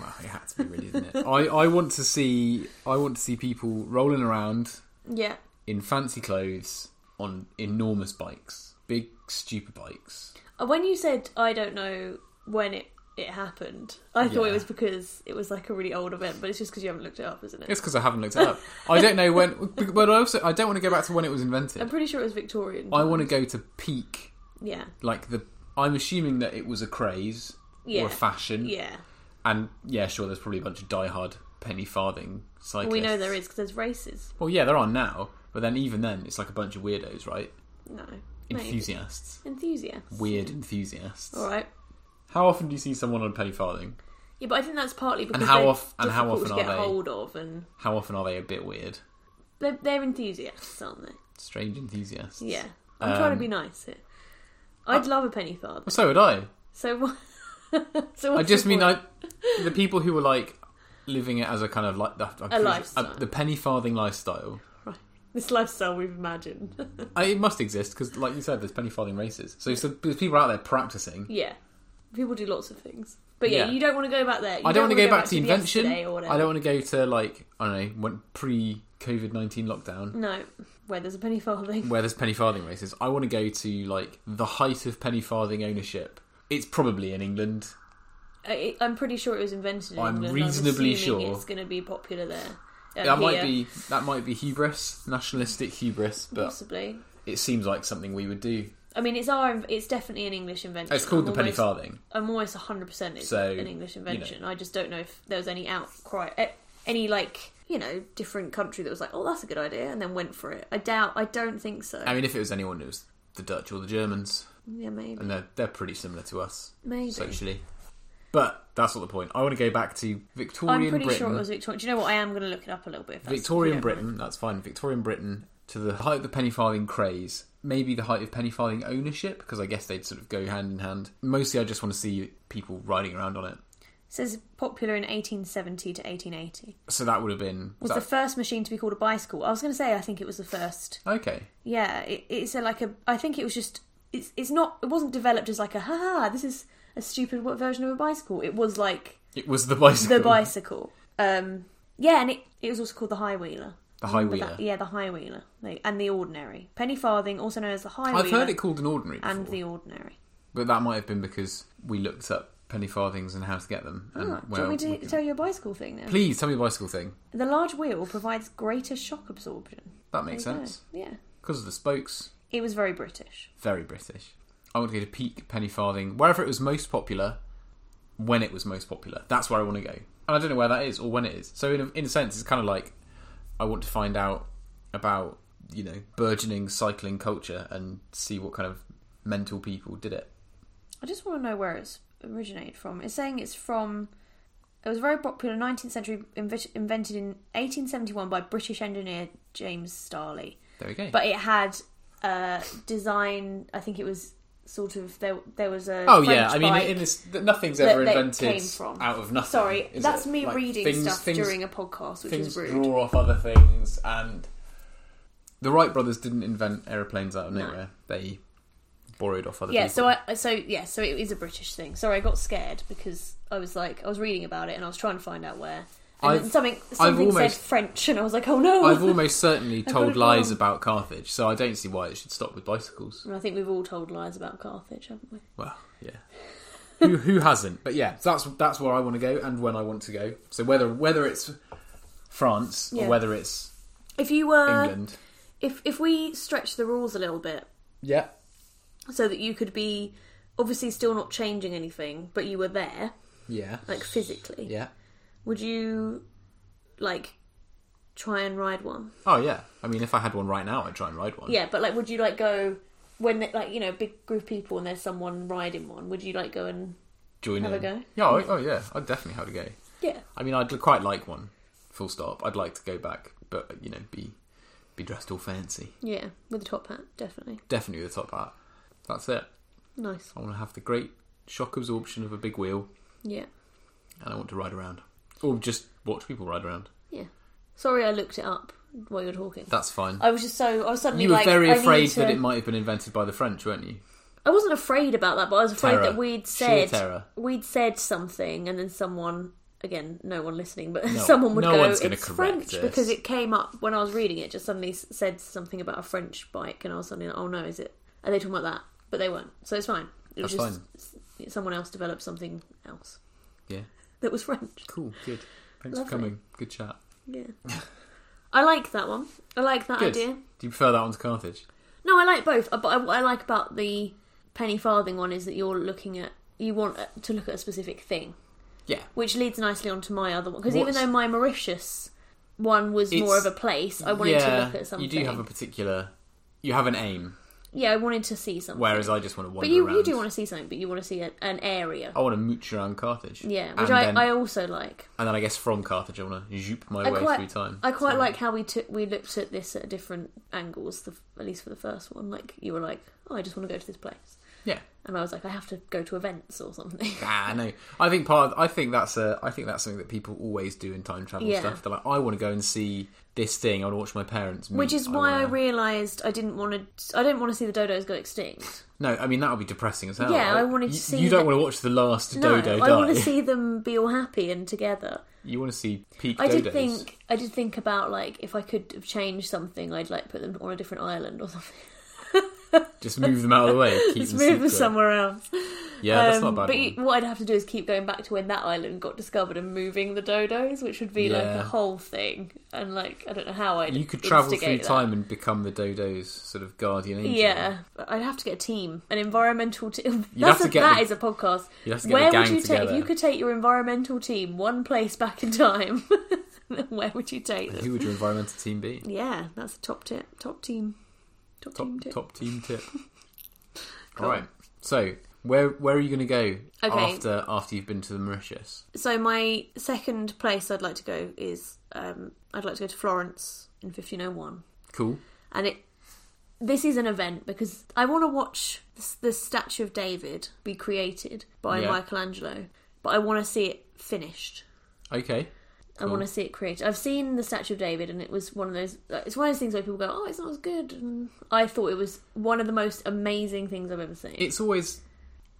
S2: well, it had to be really, didn't it? I, I want to see I want to see people rolling around
S1: Yeah.
S2: in fancy clothes on enormous bikes. Big stupid bikes.
S1: Uh, When you said I don't know when it it happened, I thought
S2: Yeah.
S1: it was because it was like a really old event, but it's just because you haven't looked it up, isn't it?
S2: It's because I haven't looked it up. I don't know when, but I also I don't want to go back to when it was
S1: I'm
S2: invented.
S1: pretty sure it was Victorian.
S2: I want to
S1: times.
S2: go to peak
S1: Yeah.
S2: like the I'm assuming that it was a craze
S1: Yeah.
S2: or a fashion.
S1: Yeah.
S2: And yeah, sure, there's probably a bunch of diehard penny farthing cyclists.
S1: we know there is because there's races.
S2: Well, yeah, there are now, but then even then, it's like a bunch of weirdos, right?
S1: No. Enthusiasts.
S2: Enthusiasts,
S1: Enthusiasts.
S2: weird enthusiasts.
S1: All right.
S2: How often do you see someone on a penny farthing?
S1: Yeah, but I think that's partly because
S2: how
S1: they're
S2: of- and how
S1: difficult
S2: often
S1: to get
S2: are they?
S1: hold of, and
S2: How often are they a bit weird?
S1: they're, they're enthusiasts, aren't they?
S2: Strange enthusiasts.
S1: Yeah, I'm trying to
S2: Um,
S1: be nice here. I'd love a penny farthing.
S2: Well, so would I.
S1: So what? so
S2: I
S1: what's
S2: just
S1: the
S2: mean
S1: point?
S2: I, the people who were like living it as a kind of like the,
S1: A lifestyle.
S2: the penny farthing lifestyle.
S1: this lifestyle we've imagined.
S2: I, it must exist because, like you said, there's penny farthing races. So, so there's people out there practicing.
S1: yeah, people do lots of things, but yeah,
S2: Yeah.
S1: you don't want to go back there. You
S2: I don't, want to
S1: wanna
S2: go back to the invention.
S1: yesterday or whatever.
S2: I don't want to go to like I don't know when pre-COVID nineteen lockdown
S1: No, where there's a penny farthing.
S2: where there's penny farthing races. I want to go to like the height of penny farthing ownership. It's probably in England.
S1: I, I'm pretty sure it was invented. In
S2: I'm
S1: England.
S2: reasonably
S1: assuming
S2: sure.
S1: it's going to be popular there. Um,
S2: that might
S1: here,
S2: be that might be hubris, nationalistic hubris, but
S1: possibly.
S2: it seems like something we would do.
S1: I mean, it's our. It's definitely an English invention.
S2: It's called
S1: I'm
S2: the penny
S1: almost-
S2: farthing.
S1: I'm almost 100 percent it's
S2: So,
S1: an English invention. I just don't know if there was any outcry, eh, any like you know different country that was like, oh, that's a good idea, and then went for it. I doubt. I don't think so.
S2: I mean, if it was anyone, it was the Dutch or the Germans,
S1: yeah, maybe.
S2: and they're they're pretty similar to us.
S1: Maybe.
S2: socially. But that's not the point. I want to go back to Victorian
S1: I'm pretty
S2: Britain.
S1: sure it was Victorian. Do you know what? I am going to look it up a little bit. if that's- if you
S2: Victorian
S1: don't
S2: Britain,
S1: mind.
S2: that's fine. Victorian Britain to the height of the penny farthing craze, maybe the height of penny farthing ownership, because I guess they'd sort of go hand in hand. Mostly, I just want to see people riding around on it.
S1: It says popular in 1870 to 1880.
S2: So that would have been
S1: Was
S2: that-
S1: the first machine to be called a bicycle? I was going to say I think it was the first.
S2: okay.
S1: Yeah, it, it's a, like a. I think it was just. It's it's not. It wasn't developed as like a ha ha. This is a stupid what version of a bicycle. It was like
S2: It was the bicycle.
S1: the bicycle. Um, yeah, and it, it was also called the high wheeler.
S2: The high
S1: Remember
S2: wheeler.
S1: that? Yeah, the high wheeler They- and the ordinary penny farthing, also known as the high
S2: I've
S1: wheeler
S2: heard it called an ordinary before,
S1: and the ordinary.
S2: but that might have been because we looked up penny farthings and how to get them. And
S1: Ah, do you
S2: well,
S1: want me
S2: we
S1: to
S2: can-
S1: tell you a bicycle thing now?
S2: please tell me the bicycle thing.
S1: The large wheel provides greater shock absorption.
S2: That makes
S1: There you go.
S2: sense
S1: Yeah,
S2: because of the spokes.
S1: it was very British.
S2: very British. I want to go to peak penny farthing, wherever it was most popular, when it was most popular. That's where I want to go, and I don't know where that is or when it is. So in a, in a sense, it's kind of like I want to find out about you know burgeoning cycling culture and see what kind of mental people did it.
S1: I just want to know where it's originated from. It's saying it's from. It was very popular 19th century, invi- invented in 1871 by British engineer James Starley.
S2: There we go.
S1: but it had uh, design. I think it was sort of there. There was a
S2: oh
S1: French
S2: yeah, I mean,
S1: bike.
S2: in this, th- nothing's
S1: that-
S2: ever
S1: that
S2: invented
S1: came from.
S2: out of nothing.
S1: sorry,
S2: is
S1: that's
S2: it?
S1: me
S2: Like,
S1: reading
S2: things-
S1: stuff
S2: things-
S1: during a podcast, which
S2: things
S1: is rude.
S2: draw off other things and the wright brothers didn't invent aeroplanes out of
S1: No.
S2: nowhere they borrowed off other
S1: Yeah,
S2: people
S1: so I so yeah, so it is a British thing. Sorry, I got scared because I was like I was reading about it and I was trying to find out where. And then
S2: I've-
S1: something something
S2: almost-
S1: said French and I was like, oh no.
S2: i've almost certainly
S1: got
S2: told
S1: it
S2: lies
S1: wrong.
S2: about carthage so i don't see why it should stop with bicycles
S1: and I think we've all told lies about Carthage, haven't we?
S2: well yeah who, who hasn't but yeah so that's that's where i want to go and when i want to go so whether whether it's france
S1: Yeah.
S2: or whether it's
S1: If you were
S2: england
S1: if if we stretch the rules a little bit,
S2: yeah
S1: so that you could be obviously still not changing anything, but you were there,
S2: yeah
S1: like physically.
S2: yeah
S1: Would you like try and ride one?
S2: oh yeah i mean if i had one right now i'd try and ride one
S1: Yeah, but like, would you like go when they- like you know big group of people and there's someone riding one? Would you like go and
S2: join
S1: Have a
S2: in.
S1: go?
S2: yeah oh, oh yeah i'd definitely have a go
S1: yeah?
S2: I mean, I'd quite like one. Full stop. I'd like to go back, but you know, be be dressed all fancy.
S1: Yeah, with a top hat, definitely.
S2: Definitely with a top hat. That's it.
S1: Nice.
S2: I want to have the great shock absorption of a big wheel,
S1: Yeah.
S2: and I want to ride around. Or just watch people ride around.
S1: Yeah. Sorry, I looked it up while you were talking.
S2: That's fine.
S1: I was just so I was suddenly
S2: you were
S1: like,
S2: very
S1: I need
S2: afraid
S1: to...
S2: that it might have been invented by the French, weren't you?
S1: I wasn't afraid about that, but I was afraid
S2: Terror.
S1: that we'd said
S2: Sheer terror.
S1: we'd said something, and then someone again, no one listening, but
S2: No-
S1: someone would
S2: no
S1: go,
S2: one's gonna
S1: "It's
S2: correct
S1: French,"
S2: this.
S1: because it came up when I was reading it. Just suddenly s- said something about a French bike, and I was suddenly like, "Oh no, is it? Are they talking about that?" But they weren't, so it's fine. It was
S2: That's
S1: just s- someone else developed something else
S2: Yeah.
S1: that was French.
S2: Cool. Good. Thanks
S1: Lovely.
S2: for coming. Good chat.
S1: Yeah, I like that one. I like that
S2: Good.
S1: idea.
S2: Do you prefer that one to Carthage?
S1: No, I like both. uh, But I- what I like about the penny farthing one is that you're looking at you want uh, to look at a specific thing.
S2: Yeah.
S1: which leads nicely onto my other one because even
S2: What's-
S1: though my Mauritius one was
S2: It's-
S1: more of a place, I wanted
S2: yeah,
S1: to look at something.
S2: You do have a particular. You have an aim,
S1: Yeah, I wanted to see something.
S2: whereas I just want to wander
S1: but you,
S2: around.
S1: you do want to see something, but you want to see a, an area.
S2: I want to mooch around Carthage.
S1: yeah,
S2: and
S1: which I,
S2: then,
S1: I also like.
S2: and then I guess from Carthage, I want to zoop my
S1: I
S2: way
S1: quite
S2: through time.
S1: I quite
S2: So-
S1: like how we took we looked at this at different angles. The, at least for the first one, like you were like, oh, I just want to go to this place,
S2: Yeah.
S1: and I was like, I have to go to events or something.
S2: Ah, no. I think part. Of, I think that's a. I think that's something that people always do in time travel
S1: Yeah.
S2: stuff. They're like, I want to go and see this thing. I want to watch my parents. Meet.
S1: Which is why I
S2: wanna-
S1: realised I didn't want to. I didn't want to see the dodos go extinct.
S2: No, I mean that would be depressing as hell.
S1: Yeah, I
S2: Like,
S1: wanted to
S2: you-
S1: see
S2: You don't
S1: the-
S2: want to watch the last
S1: No,
S2: dodo
S1: I
S2: die.
S1: want to see them be all happy and together.
S2: You want to see peak
S1: I
S2: dodos.
S1: did think I did think about like if I could have changed something, I'd like put them on a different island or something.
S2: Just move them out of the way. Keep
S1: Just
S2: them
S1: move them
S2: secret.
S1: somewhere else.
S2: Yeah, that's not a
S1: Um,
S2: bad.
S1: But
S2: one.
S1: you- what I'd have to do is keep going back to when that island got discovered and moving the dodos, which would be like
S2: Yeah.
S1: a whole thing. And like I don't know how I'd
S2: You could travel through
S1: instigate that.
S2: time and become the dodo's sort of guardian angel.
S1: Yeah, But I'd have to get a team, an environmental team.
S2: You'd have
S1: That's
S2: to
S1: a,
S2: get
S1: that
S2: the-
S1: is a podcast.
S2: You have to get
S1: Where
S2: the gang
S1: would you
S2: together.
S1: take if you could take your environmental team one place back in time? where would you take them?
S2: Who would your environmental team be?
S1: Yeah, that's a top tip. Top team. Top,
S2: Top
S1: team tip.
S2: top team tip.
S1: Cool.
S2: All right. So where where are you going to go
S1: Okay.
S2: after after you've been to the Mauritius?
S1: So my second place I'd like to go is um, I'd like to go to Florence in 1501,
S2: Cool.
S1: and it this is an event because I want to watch this, the Statue of David be created by
S2: Yeah.
S1: Michelangelo, but I want to see it finished.
S2: Okay.
S1: I want to
S2: Cool.
S1: see it created. I've seen the Statue of David, and it was one of those. like, It's one of those things where people go, "Oh, it's not as good." And I thought it was one of the most amazing things I've ever seen.
S2: It's always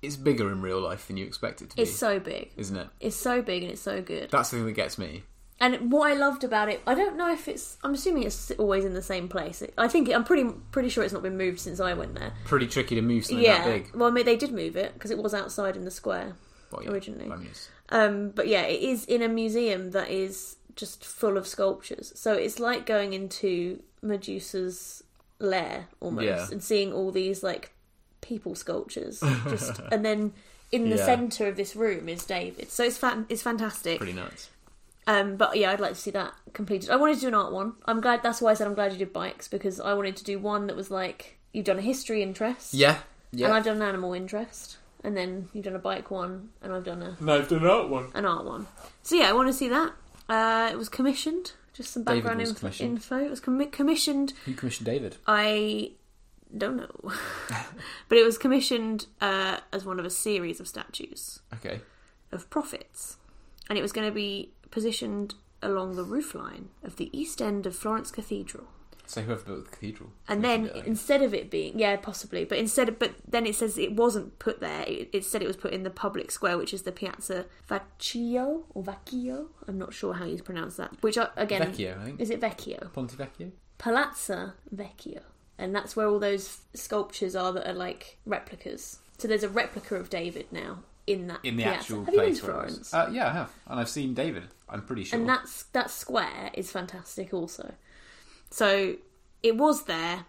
S2: it's bigger in real life than you expect it to
S1: it's
S2: be,
S1: so big.
S2: isn't it?
S1: It's so big and it's so good.
S2: That's the thing that gets me.
S1: And what I loved about it, I don't know if it's. I'm assuming it's always in the same place. It, I think I'm pretty pretty sure it's not been moved since I went there.
S2: Pretty tricky to move something
S1: yeah.
S2: that big.
S1: Well, I mean, they did move it because it was outside in the square.
S2: Well, yeah,
S1: Originally.
S2: I mean, it's-
S1: Um, but yeah, it is in a museum that is just full of sculptures. So it's like going into Medusa's lair almost
S2: Yeah.
S1: and seeing all these like people sculptures. Just and then in the
S2: Yeah.
S1: center of this room is David. So it's fan- it's fantastic.
S2: pretty nuts.
S1: Um, but yeah, I'd like to see that completed. I wanted to do an art one. I'm glad. That's why I said I'm glad you did bikes because I wanted to do one that was like you've done a history interest,
S2: Yeah. Yeah.
S1: and I've done an animal interest, and then you've done a bike one, and I've done a,
S2: And I've done that one.
S1: an art one. So yeah, I want to see that. Uh, it was commissioned. Just some
S2: David
S1: background
S2: was
S1: inf-
S2: commissioned.
S1: info. It was commi commissioned.
S2: Who commissioned David?
S1: I don't know, but it was commissioned uh, as one of a series of statues
S2: Okay.
S1: of profits, and it was going to be positioned along the roofline of the east end of Florence Cathedral.
S2: So whoever built the cathedral.
S1: And
S2: commissioned
S1: then
S2: it, I guess.
S1: instead of it being yeah possibly, but instead of, but then it says it wasn't put there. It, it said it was put in the public square, which is the Piazza Vecchio or Vecchio. I'm not sure how you pronounce that. Which I, again
S2: Vecchio, I think.
S1: is it Vecchio
S2: Ponte Vecchio?
S1: Palazzo Vecchio, and that's where all those sculptures are that are like replicas. So there's a replica of David now in that
S2: in the
S1: piazza.
S2: actual
S1: Have you been
S2: place
S1: to
S2: where it was.
S1: Florence?
S2: Uh, yeah, I have, and I've seen David. I'm pretty sure.
S1: and that's that square is fantastic also so it was there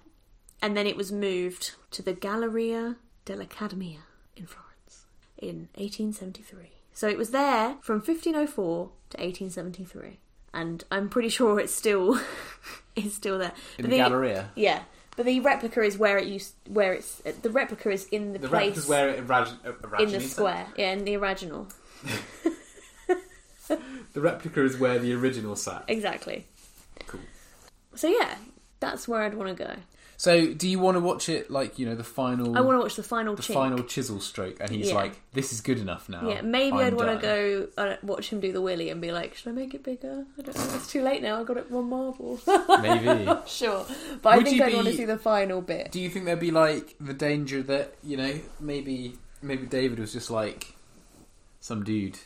S1: and then it was moved to the galleria dell'accademia in florence in 1873 so it was there from 1504 to 1873 and i'm pretty sure it's still it's still there
S2: in
S1: But
S2: the, Galleria.
S1: yeah but the replica is where it used where it's the replica is in the,
S2: The
S1: place
S2: replica's where it uh, origi- originated.
S1: in the square yeah in the original
S2: The replica is where the original sat.
S1: exactly
S2: Cool.
S1: so yeah that's where i'd want to go
S2: So, do you want to watch it like you know the final?
S1: I want to watch the final
S2: Mm. the
S1: chink.
S2: final chisel stroke, and he's
S1: Yeah.
S2: like, "This is good enough now."
S1: yeah, maybe
S2: I'm
S1: I'd want
S2: done."
S1: to go uh, watch him do the willy and be like, should I make it bigger? I don't know. It's too late now. I got it one marble.
S2: Maybe.
S1: sure, but I
S2: Would
S1: think
S2: you
S1: I'd want to
S2: be-
S1: see the final bit.
S2: Do you think there'd be like the danger that you know maybe maybe David was just like some dude,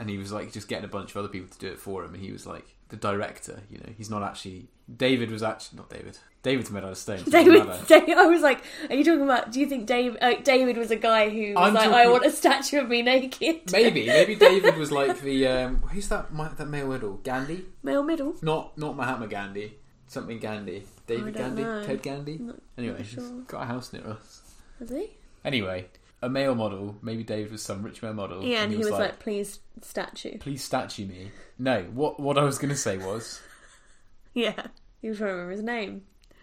S2: and he was like just getting a bunch of other people to do it for him, and he was like the director. You know, he's not actually David was actually not David. David's made out of stone.
S1: David,
S2: Doesn't matter.
S1: David, I was like, "Are you talking about? Do you think Dave, uh, David was a guy who was
S2: I'm
S1: like, I
S2: talking-
S1: want a statue of me naked,
S2: Maybe maybe David was like the um, who's that mi- that male idol Gandhi?
S1: male middle?"
S2: Not not Mahatma Gandhi. Something Gandhi. David
S1: don't
S2: Gandhi.
S1: know.
S2: Ted Gandhi.
S1: Not-
S2: Anyway,
S1: not
S2: he's
S1: sure.
S2: got a house near us.
S1: Is he?
S2: Anyway, a male model. Maybe David was some rich male model.
S1: Yeah, and he was like, "Please, statue."
S2: Please statue me. No, what what I was going to say was
S1: Yeah, he was trying to remember his name,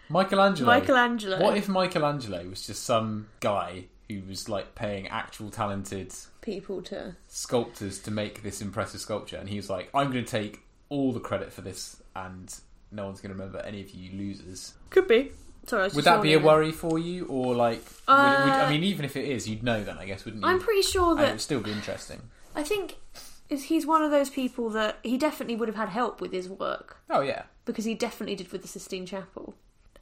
S2: Michelangelo.
S1: Michelangelo.
S2: What if Michelangelo was just some guy who was like paying actual talented
S1: people to?
S2: sculptors to make this impressive sculpture, and he was like, "I'm going to take all the credit for this, and no one's going to remember any of you losers."
S1: Could be. Sorry, I was
S2: Would
S1: just
S2: that be a
S1: yawning.
S2: worry for you, or like, would, would,
S1: Uh,
S2: I mean, even if it is, you'd know then, I guess, wouldn't you?
S1: I'm pretty sure
S2: and it
S1: that
S2: would still be interesting.
S1: I think is he's one of those people that he definitely would have had help with his work
S2: Oh yeah,
S1: because he definitely did with the Sistine Chapel.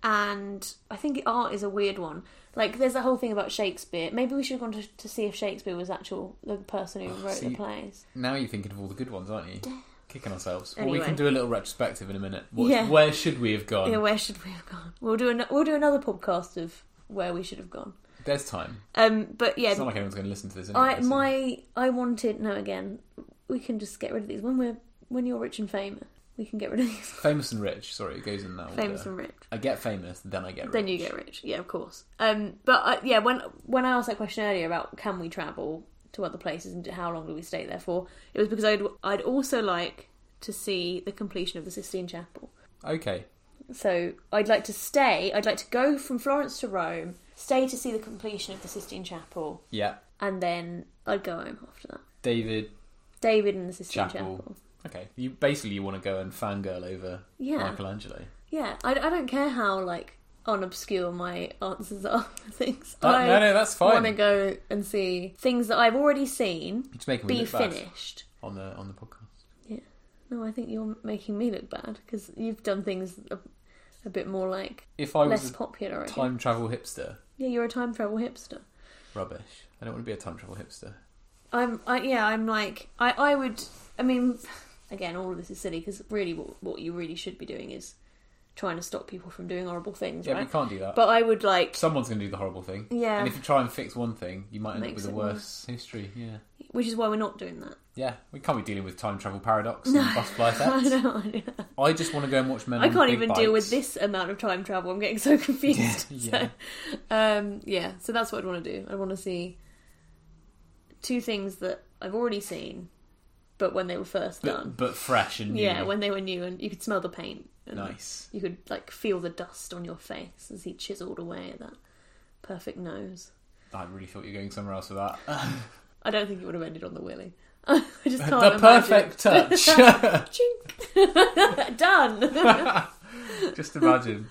S1: And I think art is a weird one. Like, there's that whole thing about Shakespeare. Maybe we should have gone to, to see if Shakespeare was actual the person who wrote the
S2: see-
S1: plays.
S2: Now you're thinking of all the good ones, aren't you? Kicking ourselves. Well, we
S1: Anyway.
S2: can do a little retrospective in a minute. What,
S1: Yeah.
S2: Where should we have gone?
S1: yeah, where should we have gone? We'll do an, we'll do another podcast of where we should have gone.
S2: There's time.
S1: Um, but yeah,
S2: It's not like anyone's going to listen to this. Anyway,
S1: I
S2: so-
S1: my I wanted no again. We can just get rid of these when we're when you're rich and famous. We can get rid of these
S2: famous and rich. Sorry, it goes in that order.
S1: famous and rich.
S2: I get famous, then I get rich.
S1: Then you get rich, yeah, of course. Um, but I, yeah, when when I asked that question earlier about can we travel to other places and how long do we stay there for, it was because I'd I'd also like to see the completion of the Sistine Chapel.
S2: Okay.
S1: So I'd like to stay. I'd like to go from Florence to Rome, stay to see the completion of the Sistine Chapel,
S2: Yeah.
S1: and then I'd go home after that.
S2: David
S1: David and the Sistine
S2: Chapel.
S1: Chapel.
S2: Okay. You basically you want to go and fangirl over
S1: Yeah.
S2: Michelangelo.
S1: Yeah, I, I don't care how like unobscure my answers are for things.
S2: That-
S1: I
S2: Uh, no, no, that's fine.
S1: want to go and see things that I've already seen.
S2: It's making me
S1: be
S2: look bad
S1: finished.
S2: on the on the podcast.
S1: No, I think you're making me look bad because you've done things a, a bit more like
S2: If I
S1: less
S2: was
S1: popular.
S2: a
S1: I guess.
S2: Oh, time travel hipster,
S1: Yeah, you're a time travel hipster.
S2: rubbish. I don't want to be a time travel hipster.
S1: I'm. I, yeah, I'm like I. I would. I mean, again, all of this is silly because really, what what you really should be doing is trying to stop people from doing horrible things,
S2: Yeah, but
S1: right?
S2: you can't do that.
S1: But I would like,
S2: Someone's going to do the horrible thing.
S1: Yeah.
S2: And if you try and fix one thing, you might end
S1: Makes
S2: up
S1: it
S2: with a worse history. Yeah.
S1: which is why we're not doing that.
S2: Yeah. We can't be dealing with time travel paradox and butterfly
S1: I
S2: effect.
S1: know, I know.
S2: I just want to go and watch men.
S1: I
S2: on
S1: can't
S2: big
S1: even deal with
S2: bikes.
S1: this amount of time travel. I'm getting so confused.
S2: Yeah.
S1: So, um, yeah. So that's what I want to do. I want to see two things that I've already seen, but when they were first done.
S2: But, but fresh and new.
S1: Yeah, when they were new, and you could smell the paint. And
S2: nice.
S1: You could like feel the dust on your face as he chiseled away at that perfect nose.
S2: I really thought you were going somewhere else with that.
S1: I don't think it would have ended on the willy. I just can't.
S2: the
S1: imagine.
S2: perfect touch.
S1: Chink. done.
S2: Just imagine.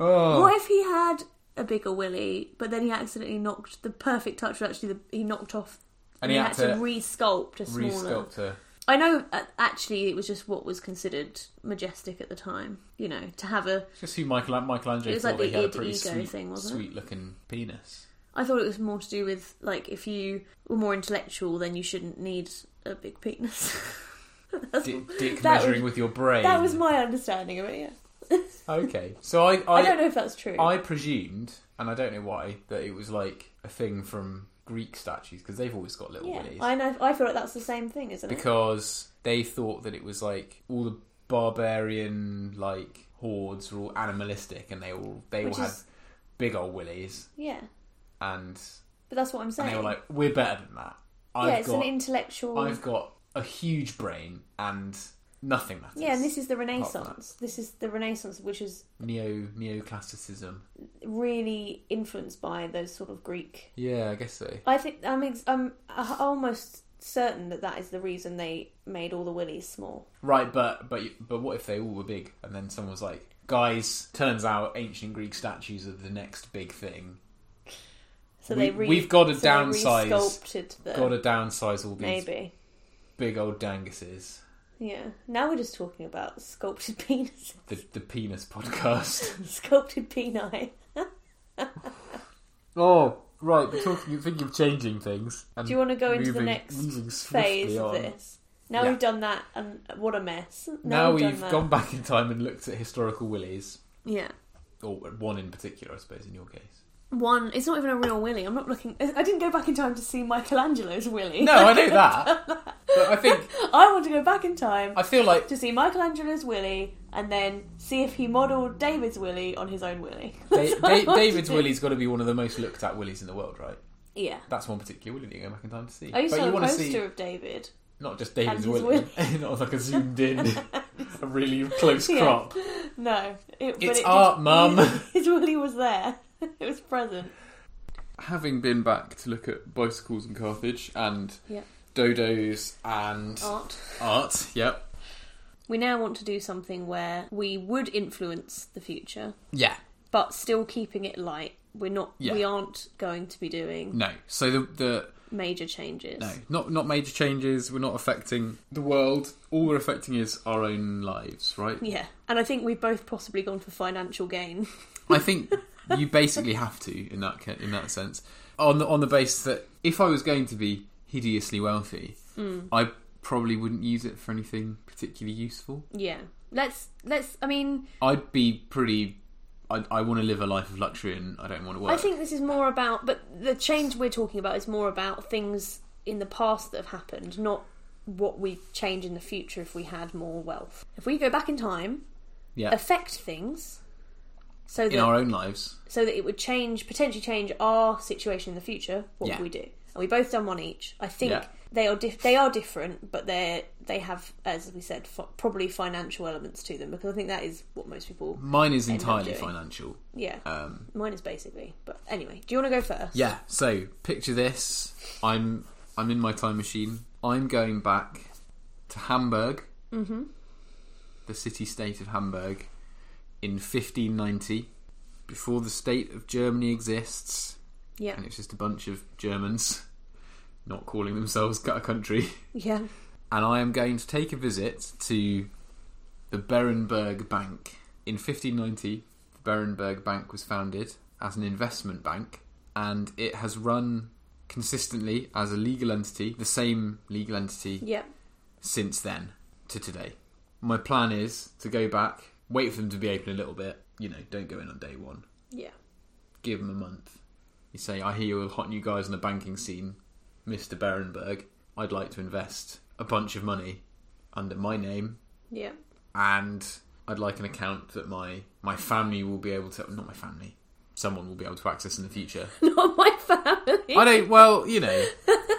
S2: Oh,
S1: What if he had a bigger willy, but then he accidentally knocked the perfect touch was actually the, he knocked off.
S2: And he had
S1: had,
S2: to
S1: to re-sculpt a smaller.
S2: re-sculptor.
S1: I know. uh, Actually, it was just what was considered majestic at the time. You know, to have a.
S2: Just who Michael- Michelangelo
S1: It was
S2: thought
S1: like the
S2: he had a
S1: id
S2: pretty
S1: ego
S2: sweet,
S1: thing, wasn't it?
S2: sweet-looking penis.
S1: I thought it was more to do with like if you were more intellectual, then you shouldn't need a big penis. That's-
S2: Dick, dick
S1: That
S2: measuring with your brain.
S1: that was my understanding of it. Yeah,
S2: Okay, so I,
S1: I,
S2: I,
S1: don't know if that's true.
S2: I presumed, and I don't know why, that it was like a thing from Greek statues because they've always got little
S1: yeah,
S2: willies.
S1: I know. I feel like that's the same thing, isn't it?
S2: because they thought that it was like all the barbarian like hordes were all animalistic and they all they
S1: Which
S2: all had
S1: is-
S2: big old willies
S1: Yeah,
S2: and,
S1: but that's what I'm saying.
S2: and they were like we're better than that.
S1: yeah,
S2: I've
S1: it's
S2: got
S1: an intellectual.
S2: I've got a huge brain and nothing matters.
S1: Yeah, and this is the
S2: from that.
S1: Renaissance. This is the Renaissance, which is
S2: neo neoclassicism.
S1: really influenced by those sort of Greek.
S2: Yeah, I guess so.
S1: I think I'm ex- I'm uh, almost certain that that is the reason they made all the willies small.
S2: Right, but but but what if they all were big, and then someone was like, "Guys, turns out ancient Greek statues are the next big thing.
S1: So
S2: We-
S1: they re-
S2: we've gotta
S1: so they
S2: downsize-
S1: re-sculpted the
S2: Got to downsize all these
S1: Uh, maybe.
S2: big old danguses."
S1: Yeah. Now we're just talking about sculpted penises.
S2: The the penis podcast.
S1: sculpted peni.
S2: oh, right. We're talking. You think of changing things? And
S1: Do you want to go into the
S2: moving-
S1: next
S2: moving
S1: phase
S2: swiftly
S1: of
S2: on.
S1: this? Now
S2: Yeah.
S1: we've done that, and what a mess.
S2: Now,
S1: we've, done
S2: we've
S1: that.
S2: gone back in time and looked at historical willies,
S1: Yeah.
S2: or one in particular, I suppose, in your case.
S1: One, it's not even a real Willy. I'm not looking. I didn't go back in time to see Michelangelo's Willy.
S2: No, I know that. but I think
S1: I want to go back in time
S2: I feel like
S1: to see Michelangelo's Willy and then see if he modelled David's Willy on his own Willy.
S2: Da-
S1: what I
S2: Da-
S1: want
S2: David's
S1: to do.
S2: Willie's got to be one of the most looked at Willies in the world, right?
S1: Yeah.
S2: That's one particular Willie that you go back in time to see.
S1: I used to
S2: but you
S1: have a
S2: want to
S1: poster
S2: see
S1: of David.
S2: not just David's
S1: and his
S2: Willie, not like a zoomed in, a really close
S1: Yeah.
S2: crop.
S1: No. It, but
S2: It's
S1: it
S2: art,
S1: did-
S2: Mum.
S1: His Willy was there. It was present.
S2: Having been back to look at bicycles in Carthage and
S1: Yeah.
S2: dodos and
S1: Art.
S2: art, yep.
S1: We now want to do something where we would influence the future,
S2: Yeah,
S1: but still keeping it light. We're not.
S2: Yeah.
S1: We aren't going to be doing
S2: no. So the the
S1: major changes.
S2: No, not not major changes. We're not affecting the world. All we're affecting is our own lives, right?
S1: Yeah, and I think we've both possibly gone for financial gain.
S2: I think you basically have to in that ca- in that sense. On the on the basis that if I was going to be hideously wealthy,
S1: Mm.
S2: I probably wouldn't use it for anything particularly useful.
S1: Yeah, let's let's. I mean,
S2: I'd be pretty. I, I want to live a life of luxury, and I don't want to work.
S1: I think this is more about, but the change we're talking about is more about things in the past that have happened, not what we change in the future if we had more wealth. If we go back in time,
S2: yeah,
S1: affect things, so
S2: in
S1: that
S2: our own lives.
S1: so that it would change potentially change our situation in the future. What
S2: Yeah.
S1: would we do? And we both done one each. I think
S2: Yeah.
S1: they are dif- they are different, but they they have, as we said, f- probably financial elements to them because I think that is what most people.
S2: Mine is
S1: End up
S2: entirely
S1: doing.
S2: financial.
S1: Yeah,
S2: Um,
S1: mine is basically. But anyway, do you want to go first?
S2: Yeah. So picture this: I'm I'm in my time machine. I'm going back to Hamburg, mm-hmm. the city state of Hamburg, in 1590, before the state of Germany exists,
S1: Yeah,
S2: and it's just a bunch of Germans not calling themselves a country.
S1: yeah,
S2: And I am going to take a visit to the Berenberg Bank. In 1590, the Berenberg Bank was founded as an investment bank, and it has run consistently as a legal entity, the same legal entity
S1: yeah,
S2: since then to today. My plan is to go back, wait for them to be open a little bit. You know, don't go in on day one.
S1: yeah,
S2: Give them a month. You say, I hear you're hot new guys in the banking scene, Mr. Berenberg. I'd like to invest a bunch of money under my name
S1: yeah,
S2: and I'd like an account that my my family will be able to not my family someone will be able to access in the future.
S1: Not my family.
S2: I don't well, you know,